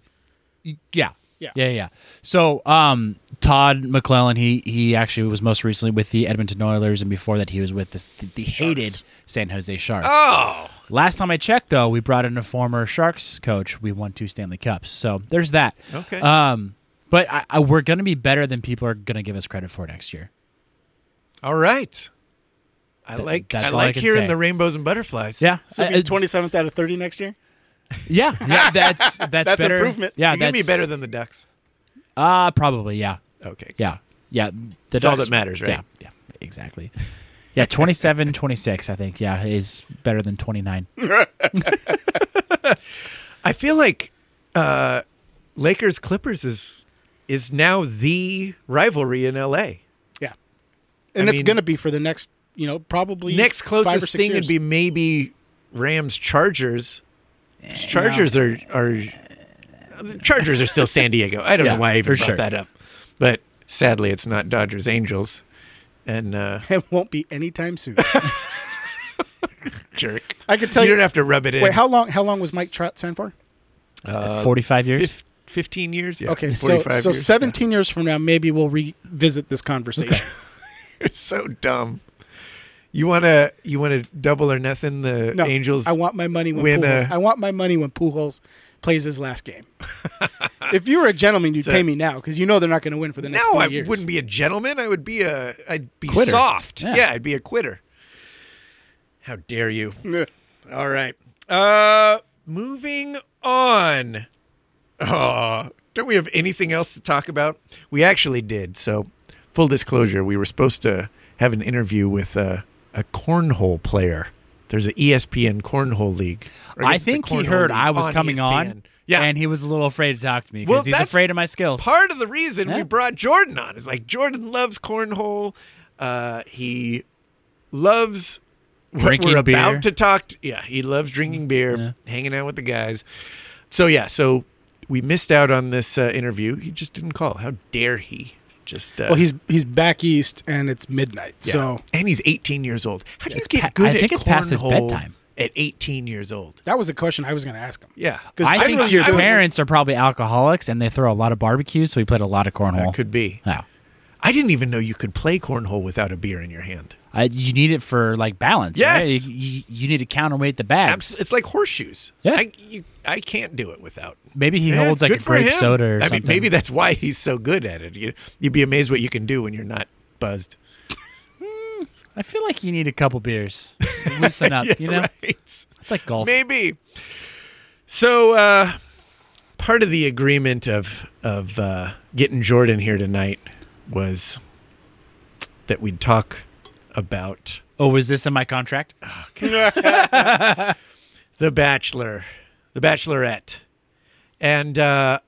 S3: Yeah.
S2: Yeah.
S3: Yeah, yeah. So, um, Todd McClellan, he he actually was most recently with the Edmonton Oilers, and before that, he was with the, the, hated
S2: Sharks.
S3: San Jose Sharks.
S1: Oh,
S3: Last time I checked, though, we brought in a former Sharks coach. We won two Stanley Cups, so there's that.
S1: Okay.
S3: Um, but I, I, we're going to be better than people are going to give us credit for next year.
S1: all right. I
S3: Th-
S1: like
S3: that's
S1: I
S3: all I
S1: like
S3: can
S1: hearing
S3: say.
S1: the rainbows and butterflies.
S3: Yeah.
S2: So
S3: Uh,
S2: it'd be
S3: uh,
S2: twenty seventh out of thirty next year.
S3: yeah, yeah. That's that's,
S2: That's
S3: better.
S2: improvement.
S3: Yeah,
S1: You're gonna be
S3: that's-
S1: better than the Ducks.
S3: Uh probably yeah.
S1: Okay. good.
S3: Yeah. Yeah. The
S1: It's all that matters, right?
S3: Yeah. Yeah. Exactly. Yeah. 27, 26, I think. Yeah. Is better than 29.
S1: I feel like uh, Lakers Clippers is is now the rivalry in LA.
S2: Yeah, and
S1: I
S2: it's
S1: mean-
S2: going to be for the next, you know, probably
S1: Next
S2: five or
S1: closest
S2: six
S1: thing
S2: years. Eh,
S1: would be maybe Rams Chargers. Chargers are are the Chargers are still San Diego. I don't
S3: Yeah,
S1: know why I even
S3: for
S1: brought
S3: sure.
S1: that up, but sadly, it's not Dodgers Angels, and uh,
S2: It won't be anytime soon.
S1: jerk.
S2: I could tell
S1: you
S2: you.
S1: don't have to rub it in.
S2: wait, how long? How long was Mike Trout signed for?
S1: Uh,
S3: Forty-five years.
S1: Fif- Fifteen years? Yeah.
S2: Okay, so
S1: 45
S2: so
S1: years.
S2: seventeen years from now, maybe we'll revisit this conversation.
S1: You're so dumb. You wanna you wanna double or nothing the
S2: No,
S1: Angels?
S2: I want my money when,
S1: win uh,
S2: Pujols.
S1: a-
S2: I want my money when Pujols plays his last game. if you were a gentleman, you'd pay me now because you know they're not going to win for the next.
S1: no,
S2: three
S1: I
S2: years.
S1: wouldn't be a gentleman. I would be a I'd be
S3: Quitter.
S1: soft.
S3: Yeah.
S1: yeah, I'd be a quitter. How dare you? All right. Uh moving on. Oh, don't we have anything else to talk about? We actually did. So, full disclosure, we were supposed to have an interview with a, a cornhole player. There's E an ESPN cornhole league. Or
S3: I
S1: guess it's a
S3: think he
S1: cornhole
S3: heard
S1: league E
S3: I was coming
S1: ESPN.
S3: on,
S1: Yeah.
S3: and he was a little afraid to talk to me
S1: Well,
S3: because he's
S1: that's
S3: afraid of my skills.
S1: part of the reason we
S3: Yeah.
S1: brought Jordan on is like Jordan loves cornhole. Uh, he loves what
S3: Drinking
S1: we're about
S3: beer. Mm-hmm.
S1: to talk. To, yeah, he loves drinking beer, hanging out with the guys. So yeah, so we missed out on this uh, interview. He just didn't call. How dare he? Just uh,
S2: Well, he's he's back east and it's midnight.
S1: yeah.
S2: So
S1: and he's 18 years old. How do you
S3: It's
S1: get
S3: pa-
S1: good?
S3: I think
S1: at
S3: it's past his
S1: cornhole
S3: bedtime.
S1: at 18 years old.
S2: that was a question I was going to ask him.
S1: Yeah,
S2: 'Cause
S3: I think
S2: generally
S3: your
S2: I was-
S3: parents are probably alcoholics and they throw a lot of barbecues, so we played a lot of cornhole.
S1: that could be.
S3: Yeah.
S1: I didn't even know you could play cornhole without a beer in your hand.
S3: I, you need it for like balance.
S1: Yes.
S3: right? You, you, you need to counterweight the bags.
S1: Abs- it's like horseshoes.
S3: Yeah.
S1: I, you, I can't do it without.
S3: Maybe he
S1: Yeah,
S3: holds like a
S1: good for
S3: grape
S1: him.
S3: soda or
S1: I
S3: something.
S1: mean, maybe that's why he's so good at it. You, you'd be amazed what you can do when you're not buzzed.
S3: I feel like you need a couple beers. Loosen up, you know?
S1: Right.
S3: It's like golf.
S1: Maybe. So, uh, part of the agreement of of uh, getting Jordan here tonight was that we'd talk about
S3: Oh, was this in my contract?
S1: The Bachelor, The Bachelorette. And uh,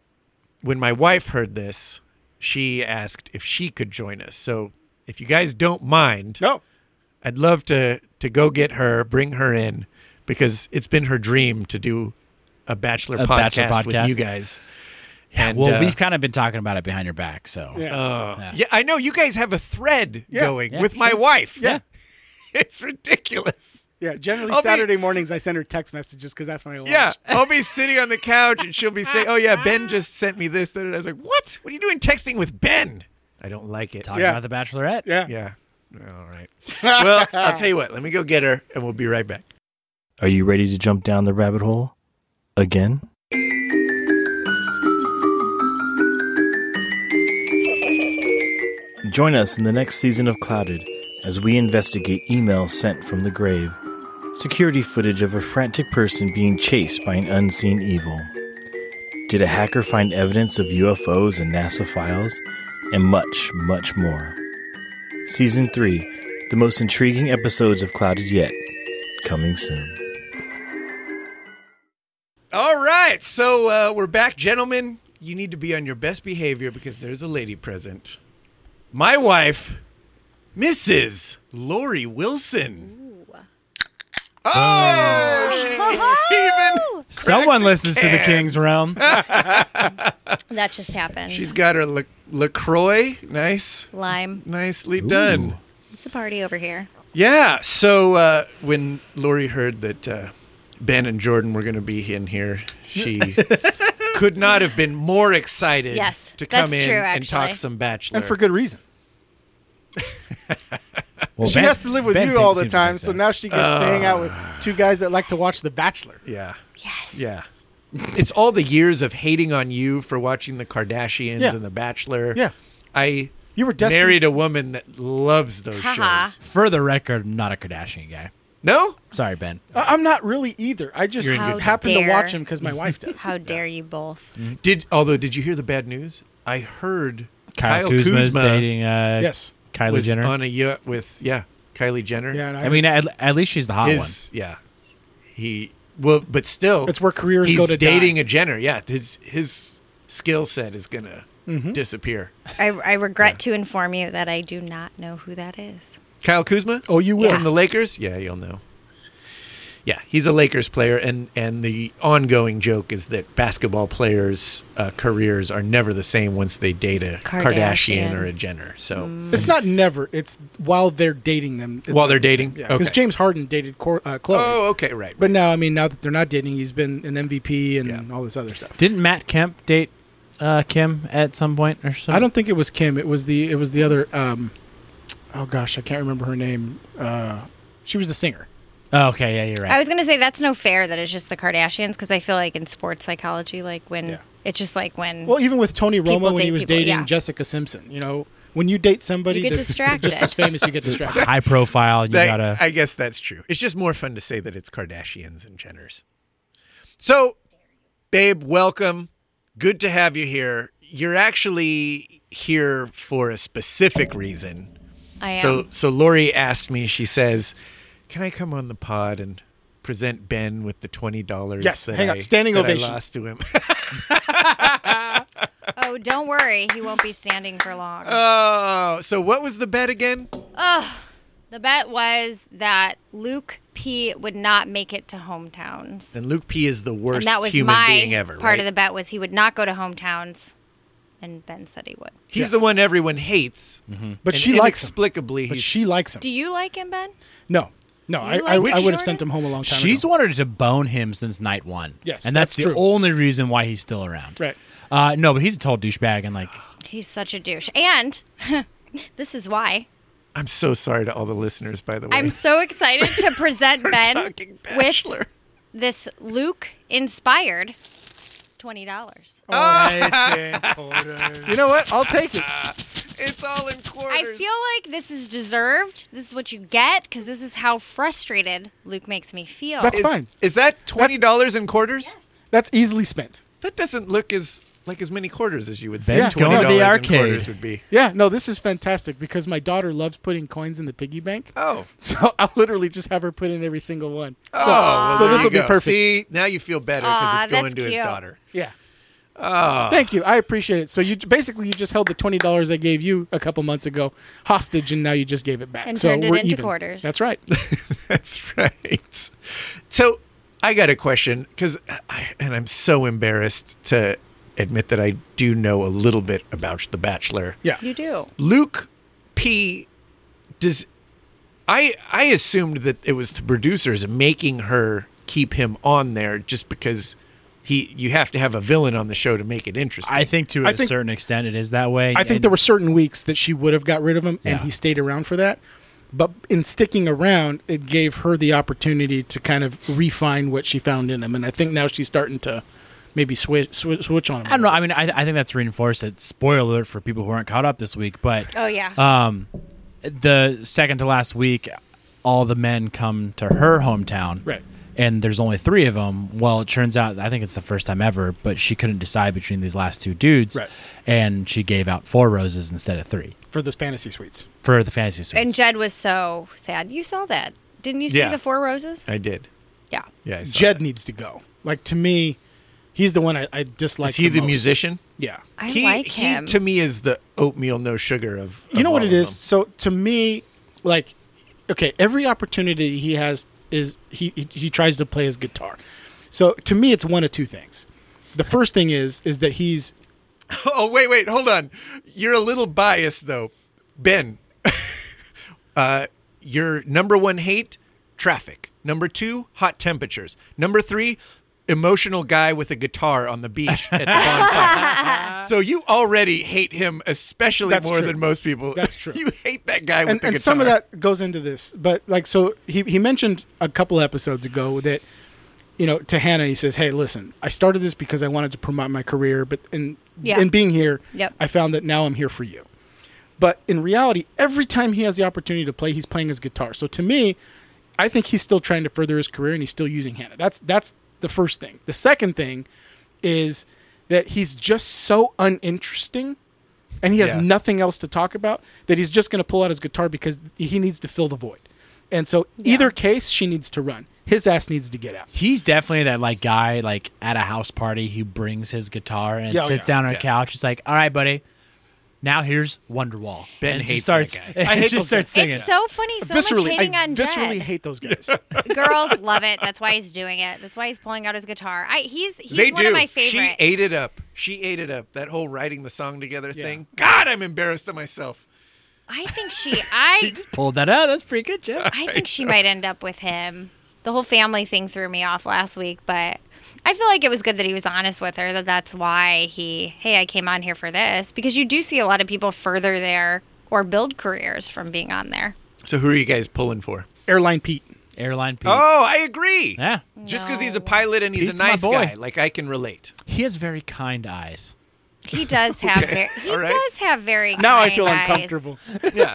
S1: when my wife heard this, she asked if she could join us. So if you guys don't mind,
S2: No,
S1: I'd love to to go get her, bring her in, because it's been her dream to do a Bachelor,
S3: A
S1: podcast,
S3: Bachelor
S1: with
S3: podcast.
S1: you guys. And,
S3: Well,
S1: uh, oh,
S3: we've kind of been talking about it behind your back, so.
S2: yeah.
S1: yeah. I know you guys have a thread
S2: Yeah.
S1: going
S3: Yeah,
S1: with my
S3: sure.
S1: wife.
S3: Yeah.
S1: it's ridiculous.
S2: yeah, generally
S1: I'll be-
S2: Saturday mornings I send her text messages because that's when I watch.
S1: Yeah, I'll be sitting on the couch and she'll be saying, "Oh yeah, Ben just sent me this." And I was like, "What? What are you doing texting with Ben?" I don't like it.
S3: Talking
S2: Yeah.
S3: about The Bachelorette.
S2: yeah,
S1: Yeah. All right. Well, I'll tell you what. Let me go get her, and we'll be right back.
S5: Are you ready to jump down the rabbit hole again? Join us in the next season of Clouded as we investigate emails sent from the grave, security footage of a frantic person being chased by an unseen evil. Did a hacker find evidence of UFOs and NASA files? And much, much more. Season 3 The most intriguing episodes of Clouded yet, coming soon.
S1: All right. So uh, we're back, gentlemen. You need to be on your best behavior because there's a lady present. My wife, Mrs. Lori Wilson. Oh, she even
S3: Someone listens to the
S1: can.
S3: King's Realm.
S6: That just happened.
S1: she's got her La- Lacroix. Nice.
S6: Lime.
S1: Nicely done.
S6: It's a party over here.
S1: Yeah. So uh, when Lori heard that uh, Ben and Jordan were going to be in here, she could not have been more excited
S6: Yes,
S1: to come
S6: that's
S1: in
S6: true,
S1: and talk
S6: actually.
S1: some Bachelor.
S2: and for good reason.
S3: Well,
S2: she
S3: Ben-
S2: has to live with
S3: Ben
S2: you
S3: thinks
S2: all
S3: he
S2: the
S3: would
S2: time,
S3: like
S2: so
S3: that.
S2: now she gets to hang out with two guys that like to watch The Bachelor.
S1: yeah.
S6: Yes.
S1: Yeah. it's all the years of hating on you for watching the Kardashians
S2: Yeah.
S1: and the Bachelor.
S2: Yeah.
S1: I
S2: You were destined-
S1: married a woman that loves those
S6: Haha.
S1: shows.
S3: For the record, I'm not a Kardashian guy.
S1: No?
S3: Sorry, Ben.
S2: I- I'm not really either. I just
S1: You're in good
S2: happen to
S6: company.
S2: watch him because my wife does.
S6: How dare you both?
S1: Did although did you hear the bad news? I heard
S3: Kyle, Kuzma's
S1: Kuzma
S3: dating uh,
S2: Yes.
S3: Kylie
S1: was
S3: Jenner.
S1: on a yacht with yeah, Kylie Jenner.
S2: Yeah, and I,
S3: I mean, at, at least she's the hot one.
S1: his yeah he well but still
S2: That's where careers
S1: he's
S2: go to die.
S1: dating a jenner yeah his his skill set is gonna
S2: Mm-hmm.
S1: disappear
S6: I, I regret to inform you that I do not know who that is.
S1: kyle kuzma
S2: Oh, you will.
S1: from the lakers yeah you'll know Yeah, he's a Lakers player, and and the ongoing joke is that basketball players' uh, careers are never the same once they date a Kardashian,
S6: Kardashian.
S1: or a Jenner. So
S2: It's not never. It's while they're dating them. it's
S1: While
S2: not
S1: they're
S2: the
S1: dating?
S2: same. yeah. Because
S1: Okay.
S2: James Harden dated Cor- uh, Chloe.
S1: oh, okay, right.
S2: But now, I mean, now that they're not dating, he's been an MVP and
S1: Yeah.
S2: all this other stuff.
S3: Didn't Matt Kemp date uh, Kim at some point or
S6: Um,
S3: something?
S2: I don't think it was Kim. It was the it was the other. Um, oh gosh, I can't remember her name. Uh, she was a singer.
S3: Oh, okay, yeah, you're right.
S6: I was gonna say that's no fair that it's just the Kardashians because I feel like in sports psychology, like when
S2: Yeah.
S6: it's just like when
S2: Well, even with Tony Romo
S6: People
S2: when he
S6: date
S2: was
S6: people,
S2: dating
S6: yeah.
S2: Jessica Simpson, you know, when you date somebody
S6: You get
S2: that's
S6: distracted.
S2: just as famous, you get distracted.
S3: High profile, and you
S1: That-
S3: gotta.
S1: I guess that's true. It's just more fun to say that it's Kardashians and Jenners. So, babe, welcome. Good to have you here. You're actually here for a specific reason.
S6: I am.
S1: So, so Lori asked me. She says, "Can I come on the pod and present Ben with the twenty dollars?"
S2: Yes, hang on, standing
S1: that I
S2: ovation.
S1: lost to him.
S6: oh, don't worry, he won't be standing for long.
S1: oh, so what was the bet again?
S6: the bet was that Luke P would not make it to hometowns,
S1: And Luke P is the
S6: and
S1: worst
S6: that was
S1: human
S6: my
S1: being ever.
S6: part
S1: right?
S6: of the bet was he would not go to hometowns, and Ben said he would.
S1: He's the one everyone hates.
S2: But
S1: and
S2: Mm-hmm. she likes him.
S1: inexplicably.
S2: But
S1: he's-
S2: she likes
S6: Do
S2: him.
S6: you like him, Ben?
S2: No, no,
S6: Do
S2: I, I,
S6: you like
S2: I would
S6: Jordan?
S2: have sent him home a long time
S3: She's
S2: ago.
S3: wanted to bone him since night one.
S2: Yes,
S3: and that's,
S2: that's
S3: the
S2: true.
S3: only reason why he's still around.
S2: Right.
S3: Uh, no, but he's a total douchebag, and like,
S6: He's such a douche, and this is why
S1: I'm so sorry to all the listeners, by the way.
S6: I'm so excited to present Ben
S1: talking
S6: with
S1: Bachelor.
S6: this Luke inspired twenty dollars.
S2: You know what? I'll take it.
S1: It's all in quarters.
S6: I feel like this is deserved. This is what you get because this is how frustrated Luke makes me feel.
S2: That's
S1: is,
S2: fine.
S1: Is that twenty dollars in quarters?
S2: That's easily spent.
S1: That doesn't look as like as many quarters as you would
S3: Ben's
S1: think.
S3: going to the
S1: $20 in
S3: arcade.
S1: quarters would be.
S2: Yeah, no, this is fantastic because my daughter loves putting coins in the piggy bank.
S1: Oh.
S2: So I'll literally just have her put in every single one. So,
S1: Oh, well,
S2: so
S1: there
S2: this
S1: you
S2: will be
S1: go.
S2: perfect.
S1: See, now you feel better
S6: Aw,
S1: because it's going
S6: that's
S1: to his
S6: cute.
S1: daughter.
S2: Yeah. Ah. Thank you. I appreciate it. So you basically you just held the twenty dollars I gave you a couple months ago hostage, and now you just gave it back.
S6: And
S2: so
S6: turned it
S2: we're
S6: into
S2: even.
S6: quarters.
S2: That's right.
S1: That's right. So I got a question because, and I'm so embarrassed to admit that I do know a little bit about The Bachelor.
S2: Yeah.
S6: you do.
S1: Luke P. Does I I assumed that it was the producers making her keep him on there just because he you have to have a villain on the show to make it interesting.
S3: I think to a
S2: I think-
S3: certain extent it is that way.
S2: I think
S3: and-
S2: there were certain weeks that she would have got rid of him, and
S3: Yeah.
S2: he stayed around for that. But in sticking around, it gave her the opportunity to kind of refine what she found in him, and I think now she's starting to maybe switch switch, switch on him.
S3: I don't know. I mean, I, I think that's reinforced. It spoiler alert for people who aren't caught up this week, but
S6: Oh yeah.
S1: Uh,
S3: um, the second to last week, all the men come to her hometown.
S2: Right.
S3: And there's only three of them. Well, it turns out I think it's the first time ever, but she couldn't decide between these last two dudes,
S2: Right.
S3: and she gave out four roses instead of three
S2: for the fantasy suites.
S3: for the fantasy suites.
S6: and Jed was so sad. You saw that, didn't you? See
S1: Yeah.
S6: the four roses?
S1: I did.
S6: Yeah.
S1: Yeah, I saw
S2: Jed
S1: that.
S2: needs to go. Like to me, he's the one I, I dislike.
S1: Is he the
S2: most.
S1: musician?
S2: Yeah.
S6: I
S1: he,
S6: like
S1: he,
S6: him.
S1: to me is the oatmeal no sugar of.
S2: you
S1: of
S2: know what
S1: all
S2: it
S1: of
S2: is
S1: them.
S2: so to me like okay every opportunity he has is he, he he tries to play his guitar so to me it's one of two things the first thing is is that he's
S1: Oh wait, wait, hold on. You're a little biased though, Ben. uh, your number one hate: traffic. Number two: hot temperatures. Number three: emotional guy with a guitar on the beach at the bonfire. so you already hate him, especially
S2: That's
S1: more
S2: true.
S1: than most people.
S2: That's true.
S1: you hate that guy with
S2: and,
S1: the
S2: and
S1: guitar.
S2: some of that goes into this but like so he, he mentioned a couple episodes ago that you know to hannah he says hey listen i started this because i wanted to promote my career but in
S6: Yeah.
S2: in being here
S6: Yep.
S2: i found that now i'm here for you but in reality every time he has the opportunity to play he's playing his guitar so to me i think he's still trying to further his career and he's still using hannah that's that's the first thing the second thing is that he's just so uninteresting and he has
S1: Yeah.
S2: nothing else to talk about that he's just going to pull out his guitar because he needs to fill the void. And so either case she needs to run. His ass needs to get out.
S3: He's definitely that like guy like at a house party who brings his guitar and
S2: Yeah, oh,
S3: sits
S2: yeah,
S3: down on a
S1: yeah.
S3: couch. It's like, all right, buddy, Now here's Wonderwall.
S1: Ben
S3: and she
S1: hates
S3: starts.
S1: that guy.
S3: and
S2: I hate
S3: she
S2: those
S3: starts
S2: guys.
S3: singing.
S6: It's so funny. So much
S2: viscerally,
S6: hating
S2: I
S6: on
S2: viscerally
S6: Jed.
S2: hate those guys.
S6: Girls love it. That's why he's doing it. That's why he's pulling out his guitar. I he's he's
S1: they
S6: one
S1: do.
S6: of my
S1: She
S6: favorite.
S1: ate it up. She ate it up. That whole writing the song together thing. God, I'm embarrassed of myself.
S6: I think she I
S3: Pulled that out. That's pretty good, Jeff.
S6: I think she might end up with him. The whole family thing threw me off last week, but I feel like it was good that he was honest with her that that's why he, hey, I came on here for this because you do see a lot of people further there or build careers from being on there.
S1: So who are you guys pulling for?
S2: Airline Pete.
S3: Airline Pete.
S1: Oh, I agree.
S3: Yeah.
S1: Just because he's a pilot and he's
S3: Pete's
S1: a
S3: my
S1: nice
S3: boy.
S1: guy, like I can relate.
S3: He has very kind eyes.
S6: He does have very, he
S1: all right.
S6: does have very
S2: Now I
S6: kind
S2: feel
S6: eyes.
S2: uncomfortable.
S1: Yeah,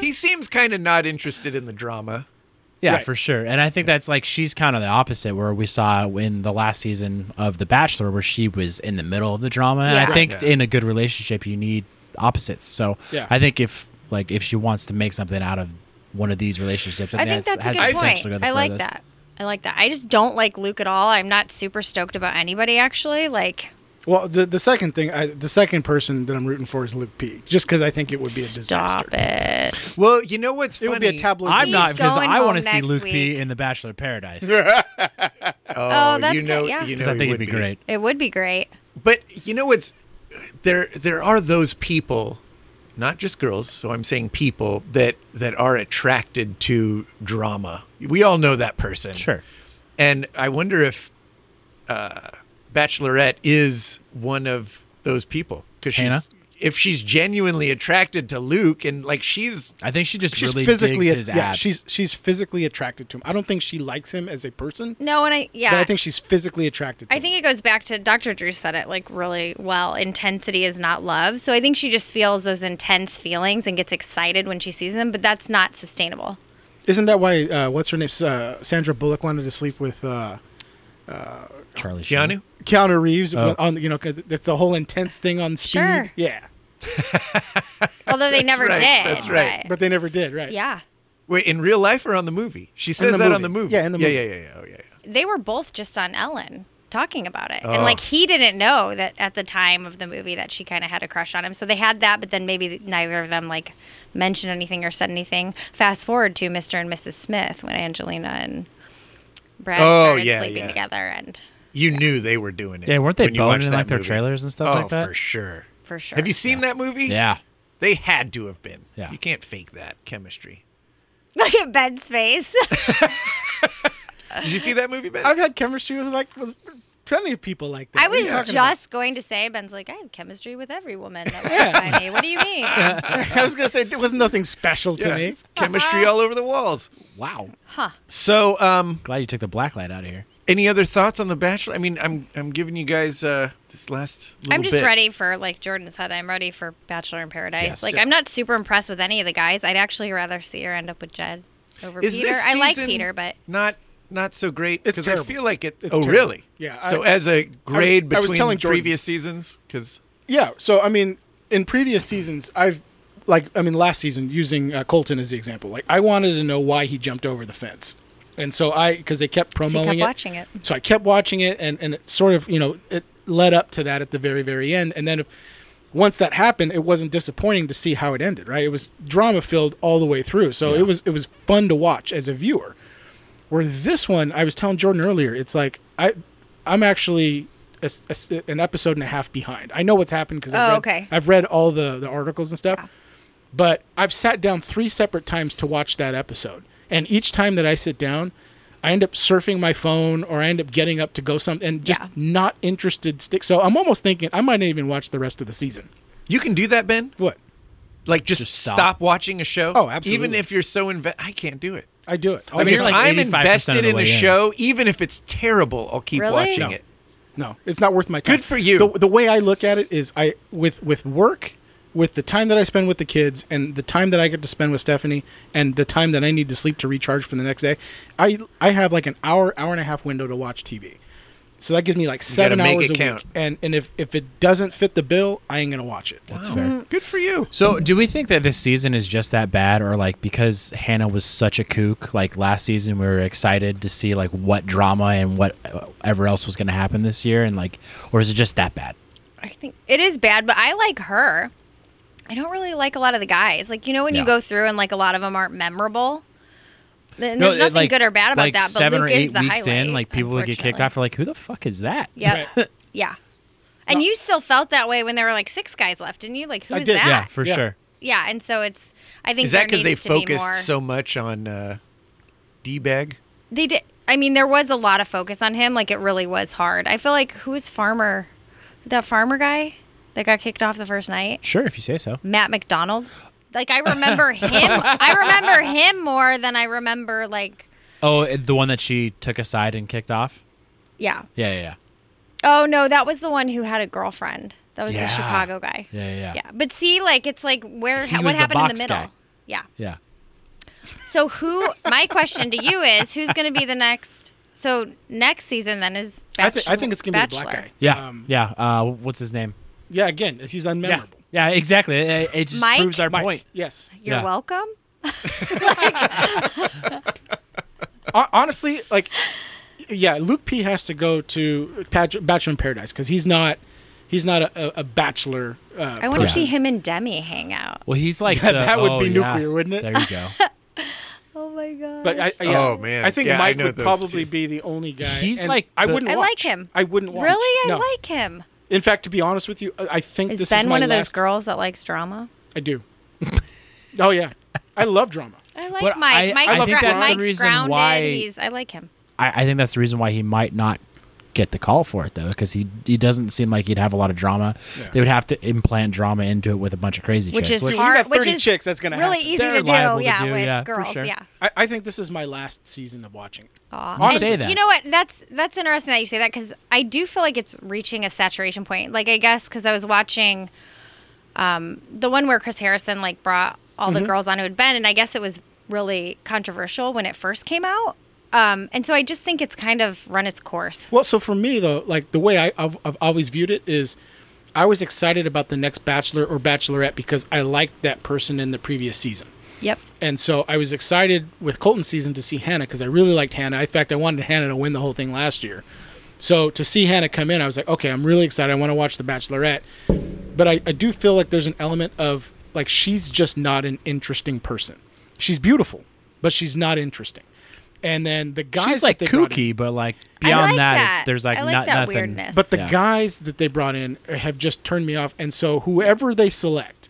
S1: he seems kind of not interested in the drama.
S3: Yeah,
S2: Right.
S3: for sure. And I think that's like she's kind of the opposite where we saw in the last season of The Bachelor where she was in the middle of the drama. And
S6: Yeah.
S3: I think
S1: Right.
S3: in a good relationship you need opposites. So
S2: Yeah.
S3: I think if like if she wants to make something out of one of these relationships,
S6: I think that's a good point. I like that. I like that. I just don't like Luke at all. I'm not super stoked about anybody actually. Like
S2: Well, the the second thing, I, the second person that I'm rooting for is Luke Pete, just because I think it would be a disaster.
S6: stop it.
S1: Well, you know what's
S2: It
S1: funny?
S2: would be a tabloid.
S3: I'm
S6: He's
S3: not because
S6: going
S3: I
S6: home
S3: want to see
S6: next
S3: Luke
S6: week.
S3: be in The Bachelor Paradise because
S2: disaster.
S1: Oh,
S6: Oh, that's
S1: you know,
S6: good, yeah.
S1: you know,
S3: I
S1: he
S3: think
S1: would
S3: it'd be great.
S6: It would be great.
S1: But you know what's there? There are those people, not just girls. So I'm saying people that that are attracted to drama. We all know that person.
S3: Sure.
S1: And I wonder if uh, Bachelorette is one of those people because
S3: Hannah?
S1: she's if she's genuinely attracted to Luke and like she's
S3: I think she just
S2: she's
S3: really
S2: physically,
S3: digs his
S2: yeah,
S3: abs.
S2: she's she's physically attracted to him. I don't think she likes him as a person,
S6: No, and I yeah.
S2: but I think she's physically attracted. to
S6: I
S2: him.
S6: think it goes back to Dr. Drew said it like really well. Intensity is not love. So I think she just feels those intense feelings and gets excited when she sees them, but that's not sustainable.
S2: Isn't that why? Uh, what's her name? Uh, Sandra Bullock wanted to sleep with uh,
S3: Charlie Sheen.
S1: Keanu.
S2: Keanu Reeves
S3: Oh.
S2: on you know 'cause that's the whole intense thing on speed.
S6: Sure.
S2: Yeah,
S6: Although they never
S1: right,
S6: did.
S1: that's right.
S6: but-
S2: but they never did, right?
S6: yeah.
S1: Wait, in real life or on the movie? She says
S2: the
S1: that on
S2: movie.
S1: the movie.
S2: Yeah, in the movie.
S1: Yeah, yeah, yeah, yeah. Oh, yeah, yeah.
S6: They were both just on Ellen talking about it.
S2: Oh.
S6: And like he didn't know that at the time of the movie that she kind of had a crush on him. So they had that, but then maybe neither of them like mentioned anything or said anything. Fast forward to Mr. and Mrs. Smith when Angelina and Brad
S1: Oh,
S6: started
S1: yeah,
S6: sleeping
S1: yeah.
S6: together and
S1: You knew they were doing it.
S3: Yeah, weren't they
S1: when you watched
S3: boned in
S1: that
S3: like their
S1: movie.
S3: trailers and stuff
S1: oh,
S3: like that?
S1: for sure.
S6: for sure.
S1: Have you seen that movie?
S3: Yeah.
S1: They had to have been.
S3: Yeah.
S1: You can't fake that chemistry.
S6: Look at Ben's face.
S1: Did you see that movie, Ben?
S2: I've had chemistry with like with plenty of people like that.
S6: I
S2: What are
S6: was
S2: you
S6: just
S2: talking about?
S6: going to say, Ben's like, I have chemistry with every woman that walks by me. What do you mean?
S2: I was gonna say it was nothing special to
S1: Yeah,
S2: me.
S1: it's Chemistry
S6: Uh-huh.
S1: all over the walls.
S3: Wow.
S1: So, um,
S3: Glad you took the black light out of here.
S1: any other thoughts on The Bachelor? I mean, I'm I'm giving you guys uh, this last. Little
S6: I'm just
S1: bit.
S6: ready for, like Jordan said, I'm ready for Bachelor in Paradise.
S3: Yes.
S6: Like, I'm not super impressed with any of the guys. I'd actually rather see her end up with Jed over
S1: Is
S6: Peter.
S1: this
S6: I like
S1: season
S6: Peter, but
S1: not not so great.
S2: It's
S1: 'Cause I
S2: terrible.
S1: feel like it.
S2: It's
S1: oh,
S2: terrible.
S1: really?
S2: Yeah,
S1: so
S2: I-
S1: as a grade
S2: I was
S1: between
S2: telling Jordan-
S1: previous seasons, because
S2: Yeah. So I mean, in previous seasons, I've like I mean last season using uh, Colton as the example. Like I wanted to know why he jumped over the fence, and so I because they kept
S6: he
S2: promoting
S6: kept
S2: it.
S6: watching it.
S2: So I kept watching it, and and it sort of you know it led up to that at the very very end, and then if once that happened, it wasn't disappointing to see how it ended. Right, it was drama filled all the way through, so it was it was fun to watch as a viewer. Where this one, I was telling Jordan earlier, it's like I, I'm actually a s- a s- an episode and a half behind. I know what's happened because I've,
S6: Oh,
S2: read-
S6: okay.
S2: I've read all the the articles and stuff, but I've sat down three separate times to watch that episode, and each time that I sit down, I end up surfing my phone or I end up getting up to go something and just
S6: Yeah.
S2: not interested. Stick. So I'm almost thinking I might not even watch the rest of the season.
S1: you can do that, Ben.
S2: What?
S1: Like just,
S3: Just stop.
S1: stop. watching a show.
S2: Oh, absolutely.
S1: Even if you're so invested, I can't do it.
S2: I do it. I'll
S1: Like, if
S2: do it.
S3: you're like
S1: I'm
S3: 85% of
S1: invested
S3: the
S1: in a
S3: way in.
S1: show, even if it's terrible, I'll keep
S6: Really?
S1: watching
S6: No.
S1: it.
S2: No, it's not worth my time.
S1: Good for you.
S2: The, the way I look at it is I with with work, with the time that I spend with the kids and the time that I get to spend with Stephanie and the time that I need to sleep to recharge for the next day, I I have like an hour hour and a half window to watch TV. So that gives me like
S1: gotta
S2: seven
S1: make
S2: hours
S1: it
S2: a
S1: count.
S2: week, and and if if it doesn't fit the bill, I ain't gonna watch it.
S6: Oh.
S3: That's fair.
S1: Good for you.
S3: So, do we think that this season is just that bad, or like because Hannah was such a kook, like last season, we were excited to see like what drama and whatever else was going to happen this year, and like, or is it just that bad?
S6: I think it is bad, but I like her. I don't really like a lot of the guys. Like you know when
S3: Yeah.
S6: you go through and like a lot of them aren't memorable. Th- And
S3: No,
S6: there's
S3: it,
S6: nothing
S3: like-
S6: good or bad about
S3: like
S6: that. But
S3: seven
S6: Luke
S3: or eight
S6: is the
S3: weeks
S6: highlight,
S3: in, like people would get kicked
S6: unfortunately.
S3: off. They're like, "Who the fuck is that?"
S6: Yep. yeah. And you still felt that way when there were like six guys left, didn't you? Like who's
S2: I did,
S6: that?
S3: yeah, for
S2: Yeah.
S3: sure.
S6: Yeah, and so it's. I think
S1: Is that
S6: because
S1: because they
S6: be more,
S1: focused so much on uh, D bag?
S6: They did. I mean, there was a lot of focus on him. Like it really was hard. I feel like who's farmer, that farmer guy that got kicked off the first night,
S3: Sure, if you say so.
S6: Matt McDonald. Like I remember him. I remember him more than I remember like.
S3: Oh, it- the one that she took aside and kicked off.
S6: Yeah.
S3: Yeah, yeah, yeah.
S6: Oh no, that was the one who had a girlfriend. That was
S3: Yeah.
S6: the Chicago guy.
S3: Yeah, yeah, yeah.
S6: Yeah, but see, like it's like where
S3: He was
S6: what
S3: the
S6: happened in
S3: box
S6: the middle.
S3: guy.
S6: Yeah.
S3: yeah.
S6: So who? my question to you is, who's going to be the next? So next season then is.
S2: I,
S6: Bachelor,
S2: thi- I think it's gonna be a black
S6: Bachelor.
S2: guy.
S3: Yeah, yeah. Uh, what's his name?
S2: Yeah, again, he's unmemorable.
S3: Yeah, yeah, exactly. It, it just
S6: Mike?
S3: proves our
S2: Mike,
S3: point.
S2: yes.
S6: You're
S3: Yeah.
S6: welcome.
S2: Hon- honestly, like, yeah, Luke P has to go to Patch- Bachelor in Paradise because he's not, he's not a, a bachelor. Uh,
S6: I want to
S3: Yeah.
S6: see him and Demi hang out.
S3: Well, he's like
S2: Yeah,
S3: the-
S2: that would
S3: oh,
S2: be
S3: yeah.
S2: nuclear, wouldn't it?
S3: There you go.
S6: Oh my god.
S2: But I, yeah,
S1: Oh, man.
S2: I think
S1: Yeah, I
S2: Mike
S1: know
S2: would
S1: those
S2: probably
S1: two.
S2: be the only guy.
S3: He's
S2: and
S3: like
S2: I
S3: the-
S2: wouldn't.
S6: I like
S2: watch.
S6: him.
S2: I wouldn't watch.
S6: Really, I
S2: No.
S6: like him.
S2: In fact, to be honest with you, I I think
S6: Is
S2: this
S6: Ben
S2: is my
S6: one of those
S2: last-
S6: girls that likes drama?
S2: I do. oh yeah, I love drama.
S6: I like
S3: But
S6: Mike.
S3: I-
S6: Mike's,
S3: I
S2: think
S6: gra-
S2: that's the
S6: Mike's
S3: reason
S6: grounded.
S3: why-
S6: He's. I like him.
S3: I, I think that's the reason why he might not get the call for it though, because he he doesn't seem like he'd have a lot of drama. They would have to implant drama into it with a bunch of crazy
S6: Which
S3: chicks.
S6: is
S2: you
S6: hard.
S2: got 30
S6: Which is
S2: chicks, that's gonna
S6: really
S2: happen.
S6: easy
S3: They're
S6: to do.
S3: liable to
S6: Yeah,
S3: do,
S6: with
S3: yeah, for
S6: girls.
S3: sure.
S6: Yeah.
S2: I, I think this is my last season of watching.
S6: Aw.
S3: You
S6: And
S3: say that.
S6: You know what? That's that's interesting that you say that because I do feel like it's reaching a saturation point. Like I guess because I was watching um, the one where Chris Harrison like brought all the girls on who had been, and I guess it was really controversial when it first came out. Um, and so I just think it's kind of run its course.
S2: Well, so for me though, like the way I, I've, I've always viewed it is, I was excited about the next Bachelor or Bachelorette because I liked that person in the previous season,
S6: Yep.
S2: and so I was excited with Colton's season to see Hannah because I really liked Hannah. In fact, I wanted Hannah to win the whole thing last year. So to see Hannah come in, I was like, okay, I'm really excited. I want to watch the Bachelorette, but I, I do feel like there's an element of like she's just not an interesting person. She's beautiful, but she's not interesting. And then the guys
S3: she's
S2: that
S3: like
S2: they brought in-
S3: kooky, but like beyond
S6: like
S3: that, it's-
S6: that.
S3: there's like,
S6: I like
S3: not
S6: that
S3: nothing.
S6: weirdness.
S2: But the
S3: Yeah.
S2: guys that they brought in have just turned me off, and so whoever they select,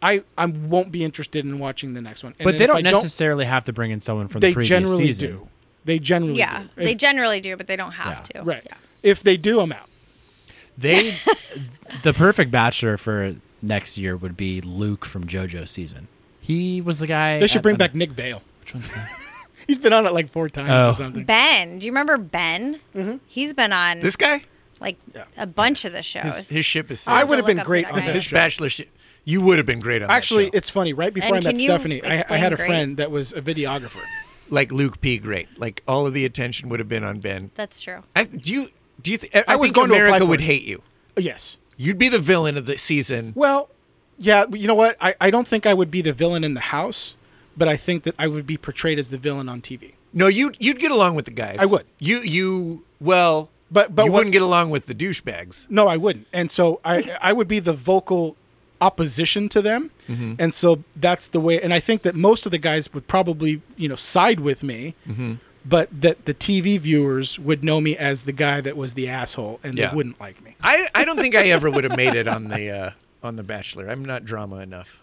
S2: I I won't be interested in watching the next one. And
S3: But
S2: then
S3: they
S2: if I
S3: don't necessarily have to bring in someone from
S2: they
S3: the previous
S2: generally
S3: season.
S2: do. They generally
S6: Yeah.
S2: do. If-
S6: they generally do, but they don't have
S3: Yeah.
S6: to.
S2: right.
S6: Yeah.
S2: If they do, I'm out.
S3: They, the perfect bachelor for next year would be Luke from JoJo's season. He was the guy.
S2: They should
S3: at-
S2: bring
S3: um,
S2: back Nick Vale.
S3: which one's that?
S2: He's been on it like four times
S3: Oh.
S2: or something.
S6: Ben, do you remember Ben? Mm-hmm. He's been on
S1: This guy?
S6: like a bunch of the shows.
S1: His, his ship is sailed.
S2: I would have
S6: look
S2: been
S6: up
S2: great
S6: that
S2: on
S6: guy.
S2: that
S1: His
S2: show.
S1: bachelor ship. You would have been great on that
S2: Actually,
S1: show.
S2: it's funny. Right before
S6: And
S2: I met
S6: can you
S2: Stephanie, I, I
S6: explain
S2: had a
S6: great?
S2: friend that was a videographer.
S1: like Luke P. Great. Like all of the attention would have been on Ben.
S6: That's true.
S1: I, do you? Do you? Th- I,
S2: I was
S1: think
S2: going to apply
S1: America
S2: for
S1: would
S2: it.
S1: hate you.
S2: yes.
S1: You'd be the villain of the season.
S2: Well, yeah, you know what? I, I don't think I would be the villain in the house, but I think that I would be portrayed as the villain on TV.
S1: No, you you'd get along with the guys.
S2: I would.
S1: You you well,
S2: But- but
S1: you
S2: what-
S1: wouldn't get along with the douchebags.
S2: No, I wouldn't. And so
S1: Mm-hmm.
S2: I I would be the vocal opposition to them.
S1: Mm-hmm.
S2: And so that's the way and I think that most of the guys would probably, you know, side with me.
S1: Mm-hmm.
S2: But that the TV viewers would know me as the guy that was the asshole and
S1: Yeah.
S2: they wouldn't like me.
S1: I I don't think I ever would have made it on the uh, on the Bachelor. I'm not drama enough.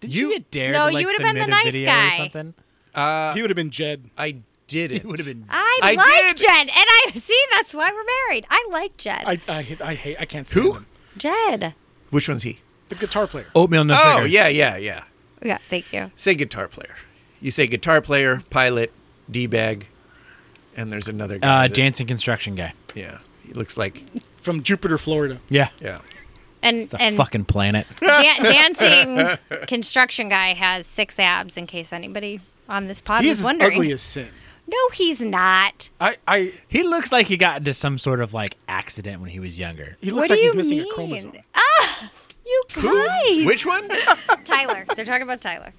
S3: Did
S1: You-
S3: you get dared
S6: No,
S3: to
S6: you
S3: like
S6: would've
S3: submit
S6: been the
S3: a
S6: nice
S3: video or
S6: guy.
S3: something?
S1: Uh,
S2: he would have been Jed.
S1: I didn't.
S3: It would have been.
S6: I,
S1: I
S6: like
S1: did.
S6: Jed, and I see that's why we're married. I like Jed.
S2: I, I I hate I can't stand
S1: Who?
S2: him.
S6: Jed.
S1: Which one's he?
S2: The guitar player.
S3: Oatmeal no
S1: oh
S3: sugar.
S1: yeah yeah yeah.
S6: Yeah, thank you.
S1: Say guitar player. You say guitar player, pilot, d bag, and there's another guy.
S3: Uh,
S1: that-
S3: dancing construction guy.
S1: Yeah, he looks like
S2: From Jupiter, Florida.
S3: Yeah.
S1: yeah.
S6: And
S3: It's a
S6: and
S3: fucking planet.
S6: dan- dancing construction guy has six abs. In case anybody on this pod
S2: He
S6: is
S2: is as
S6: wondering.
S2: ugly as sin.
S6: no, he's not.
S2: I, I
S3: He looks like he got into some sort of like accident when he was younger.
S2: he looks
S6: what
S2: like
S6: do
S2: he's
S6: you
S2: missing
S6: mean?
S2: a chromosome.
S6: You guys,
S1: Which one?
S6: Tyler. They're talking about Tyler.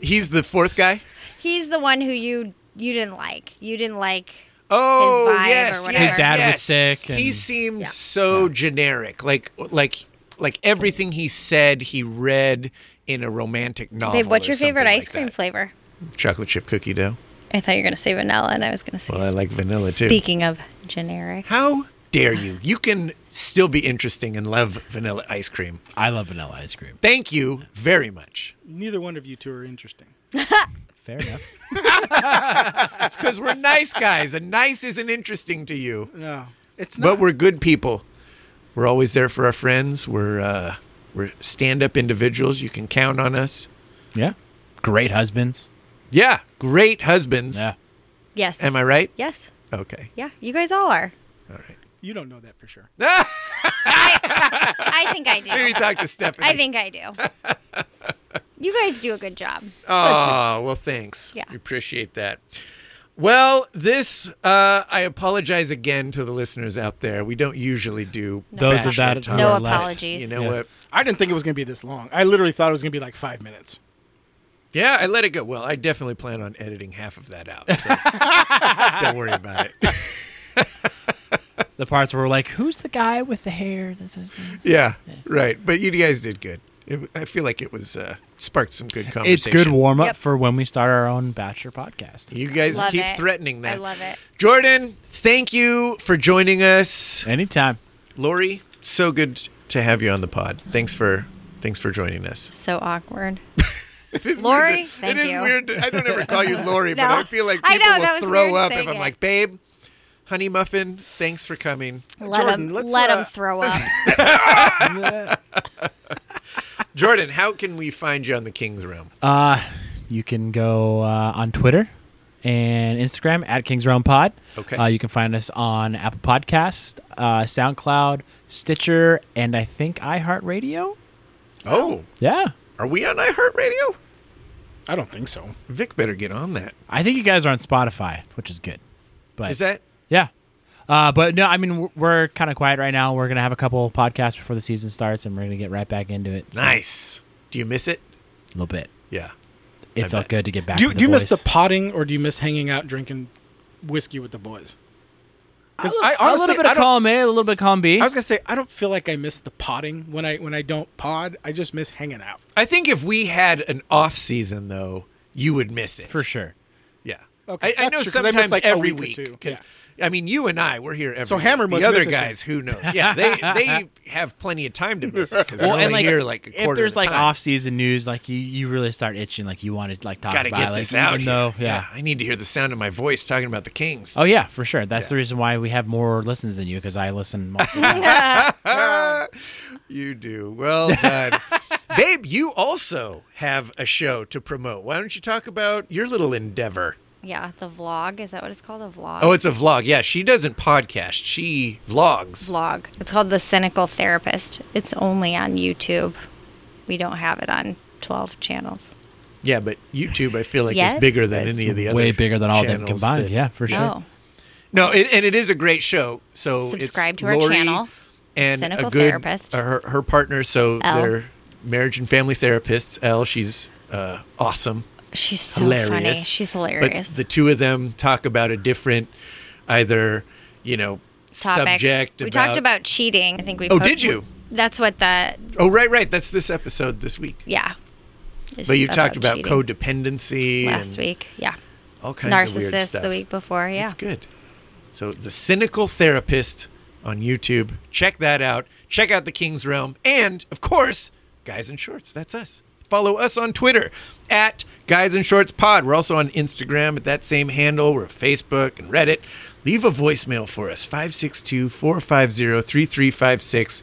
S1: He's the fourth guy.
S6: He's the one who you you didn't like. You didn't like.
S1: Oh
S6: vibe or
S1: yes,
S6: whatever.
S1: yes,
S6: His
S3: dad was
S1: yes.
S3: sick
S1: He
S3: and-
S1: seemed
S6: Yeah.
S1: so generic, like like like everything he said, he read in a romantic novel.
S6: Babe, what's
S1: or
S6: your favorite
S1: something
S6: ice
S1: like
S6: cream
S1: that.
S6: flavor?
S1: Chocolate chip cookie dough.
S6: I thought you were going to say vanilla, and I was going to say.
S1: Well, I like vanilla too.
S6: Speaking of generic,
S1: How dare you? You can still be interesting and love vanilla ice cream.
S7: I love vanilla ice cream.
S1: Thank you very much.
S2: Neither one of you two are interesting.
S3: Fair enough.
S1: That's because we're nice guys, and nice isn't interesting to you.
S2: No, it's not.
S1: But we're good people. We're always there for our friends. We're uh, we're stand-up individuals. You can count on us.
S3: Yeah. Great husbands.
S1: Yeah, great husbands.
S3: Yeah.
S6: yes,
S1: Am I right?
S6: yes,
S1: Okay.
S6: yeah, you guys all are.
S2: you don't know that for sure.
S6: I think I
S1: Maybe
S6: do.
S1: talk to Stephanie.
S6: I think I do. You guys do a good job.
S1: Oh, well, thanks.
S6: Yeah.
S1: We appreciate that. Well, this, uh, I apologize again to the listeners out there. We don't usually do
S3: Those
S1: bash
S3: of that
S1: your time.
S3: who
S6: No
S3: are left.
S6: apologies.
S1: You know
S3: Yeah.
S1: what?
S2: I didn't think it was going to be this long. I literally thought it was going to be like five minutes.
S1: Yeah, I let it go. Well, I definitely plan on editing half of that out. So don't worry about it.
S3: The parts where we're like, who's the guy with the hair? This is-
S1: Yeah, right. But you guys did good. It, I feel like it was uh, sparked some good conversation.
S3: It's good warm up
S6: Yep.
S3: for when we start our own Bachelor podcast.
S1: You guys
S6: Love
S1: keep
S6: it.
S1: threatening that.
S6: I love it.
S1: Jordan, thank you for joining us.
S3: Anytime.
S1: Lori, so good to have you on the pod. Thanks for thanks for joining us.
S6: So awkward.
S1: It is
S6: Lori,
S1: weird. to-
S6: thank
S1: it is
S6: you.
S1: weird. to- I don't ever call you Lori, but
S6: No.
S1: I feel like
S6: I
S1: people
S6: know, that
S1: will
S6: was
S1: throw
S6: weird
S1: up if
S6: saying
S1: I'm
S6: it.
S1: like, babe, honey muffin, thanks for coming.
S6: Let
S2: Jordan,
S6: them
S2: let's,
S6: let
S2: uh,
S6: them throw up.
S1: Jordan, how can we find you on the King's Realm?
S3: Uh, you can go uh, on Twitter and Instagram at Kings Realm Pod.
S1: Okay.
S3: Uh, you can find us on Apple Podcast, uh, SoundCloud, Stitcher, and I think iHeartRadio.
S1: oh,
S3: Yeah.
S1: are we on iHeartRadio?
S2: I don't think so.
S1: Vic better get on that.
S3: I think you guys are on Spotify, which is good. But
S1: Is that
S3: yeah. Uh, but no, I mean we're, we're kind of quiet right now. We're gonna have a couple podcasts before the season starts, and we're gonna get right back into it. So,
S1: nice? Do you miss it?
S3: a little bit.
S1: Yeah.
S3: It
S1: I
S3: felt
S1: bet.
S3: good to get back.
S2: Do,
S3: with
S2: do you miss the
S3: boys.
S2: potting or do you miss hanging out drinking whiskey with the boys? Because I
S3: a
S2: honestly,
S3: little bit
S2: I
S3: of
S2: don't-
S3: column A, a little bit of column B.
S2: I was gonna say I don't feel like I miss the potting when I when I don't pod. I just miss hanging out.
S1: I think if we had an off season though, you would miss it
S3: for sure.
S1: Yeah.
S2: Okay,
S1: I, I
S2: that's
S1: know
S2: true, 'cause I missed,
S1: sometimes
S2: like, a
S1: every
S2: week or
S1: week
S2: two.
S1: because I mean you and I we're here every.
S2: So
S1: week.
S2: Hammer must
S1: the other
S2: miss it then.
S1: guys, who knows? Yeah, they they have plenty of time to miss it because they're only here like a quarter.
S3: if there's
S1: of the
S3: like
S1: time.
S3: off-season news, like you, you really start itching, like you want to like talk
S1: gotta
S3: about
S1: get
S3: it, like,
S1: this
S3: even
S1: out.
S3: though-
S1: here.
S3: yeah.
S1: I need to hear the sound of my voice talking about the Kings.
S3: Oh yeah, for sure. That's the reason why we have more listens than you because I listen. Multiple times.
S1: You do well done, babe. You also have a show to promote. Why don't you talk about your little endeavor?
S6: Yeah, the vlog. Is that what it's called? A vlog.
S1: Oh, it's a vlog. Yeah, she doesn't podcast. She vlogs.
S6: vlog. It's called The Cynical Therapist. It's only on YouTube. We don't have it on 12 channels.
S1: Yeah, but YouTube, I feel like, is
S6: Yes.
S1: bigger than
S3: It's
S1: any of the other.
S3: way bigger than all of them
S1: channels
S3: combined.
S1: that-
S3: yeah, for sure.
S6: No.
S1: No, it, and it is a great show. So
S6: Subscribe
S1: it's
S6: to our
S1: Lori
S6: channel,
S1: and a
S6: Cynical
S1: good
S6: Therapist.
S1: uh, her her partner. So
S6: Elle.
S1: they're marriage and family therapists. Elle, she's uh, awesome,
S6: She's so
S1: hilarious.
S6: funny. She's hilarious.
S1: But the two of them talk about a different, either you know,
S6: Topic.
S1: subject.
S6: We talked about cheating. I think we
S1: Oh,
S6: po-
S1: did you?
S6: That's what the
S1: Oh, right, right. That's this episode this week.
S6: yeah.
S1: But you talked about
S6: cheating
S1: codependency
S6: last
S1: and
S6: week. Yeah.
S1: all kinds of weird
S6: Narcissist
S1: stuff.
S6: the week before. Yeah.
S1: It's good. So the cynical therapist on YouTube. Check that out. Check out the King's Realm, and of course, Guys in Shorts. That's us. Follow us on Twitter at Guys in Shorts Pod. We're also on Instagram at that same handle. We're on Facebook and Reddit. Leave a voicemail for us 562 450 3356.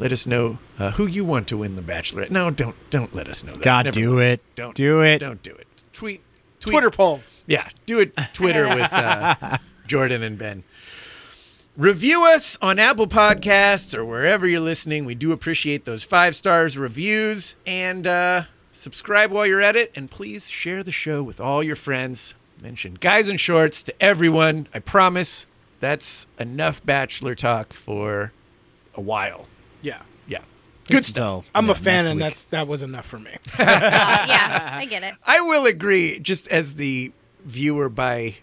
S1: Let us know uh, who you want to win the Bachelorette. No, don't don't let us know that.
S3: God, do it.
S1: Don't
S3: Do it.
S1: Don't do it. Tweet. tweet.
S2: Twitter poll.
S1: Yeah, do it Twitter with uh, Jordan and Ben. Review us on Apple Podcasts or wherever you're listening. We do appreciate those five stars reviews and uh, subscribe while you're at it. And please share the show with all your friends. Mention guys in shorts to everyone. I promise that's enough bachelor talk for a while.
S2: Yeah,
S1: Yeah, good stuff.
S3: Still,
S2: I'm
S3: yeah,
S2: a fan,
S3: next
S2: and
S3: week.
S2: that's that was enough for me.
S6: Uh, yeah. I get it.
S1: I will agree, just as the viewer by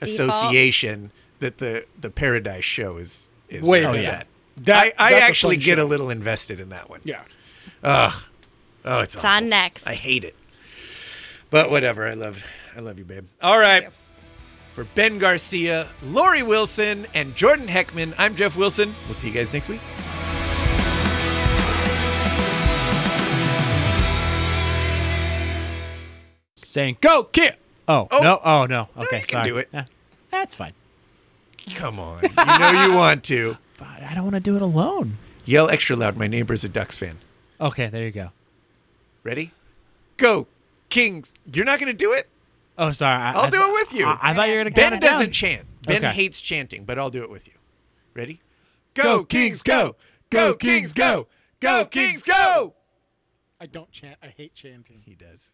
S1: association, that the the Paradise Show is is
S2: Way
S1: where it's
S3: better.
S1: at.
S2: That-
S1: I, I
S2: that's a
S1: actually
S2: fun
S1: get
S2: show.
S1: a little invested in that one.
S2: Yeah.
S1: Oh, it's,
S6: It's on
S1: awful.
S6: next.
S1: I hate it. But whatever. I love I love you, babe. All right. For Ben Garcia, Lori Wilson, and Jordan Heckman, I'm Jeff Wilson. We'll see you guys next week.
S3: Saying go kid. Oh,
S1: Oh.
S3: no! Oh no! Okay,
S1: you can
S3: sorry.
S1: do it.
S3: Yeah, that's fine.
S1: Come on. You know you want to.
S3: But I don't want to do it alone.
S1: Yell extra loud. My neighbor's a Ducks fan.
S3: Okay, there you go.
S1: Ready? Go, Kings. You're not going to do it?
S3: Oh, sorry. I,
S1: I'll
S3: I-
S1: do it with you.
S3: I, I thought you were gonna count
S1: Ben
S3: it down.
S1: doesn't chant. Ben
S3: Okay.
S1: hates chanting, but I'll do it with you. Ready? Go, Kings, go. Go, Kings, go. Go, Kings, go.
S2: I don't chant. I hate chanting.
S1: He does.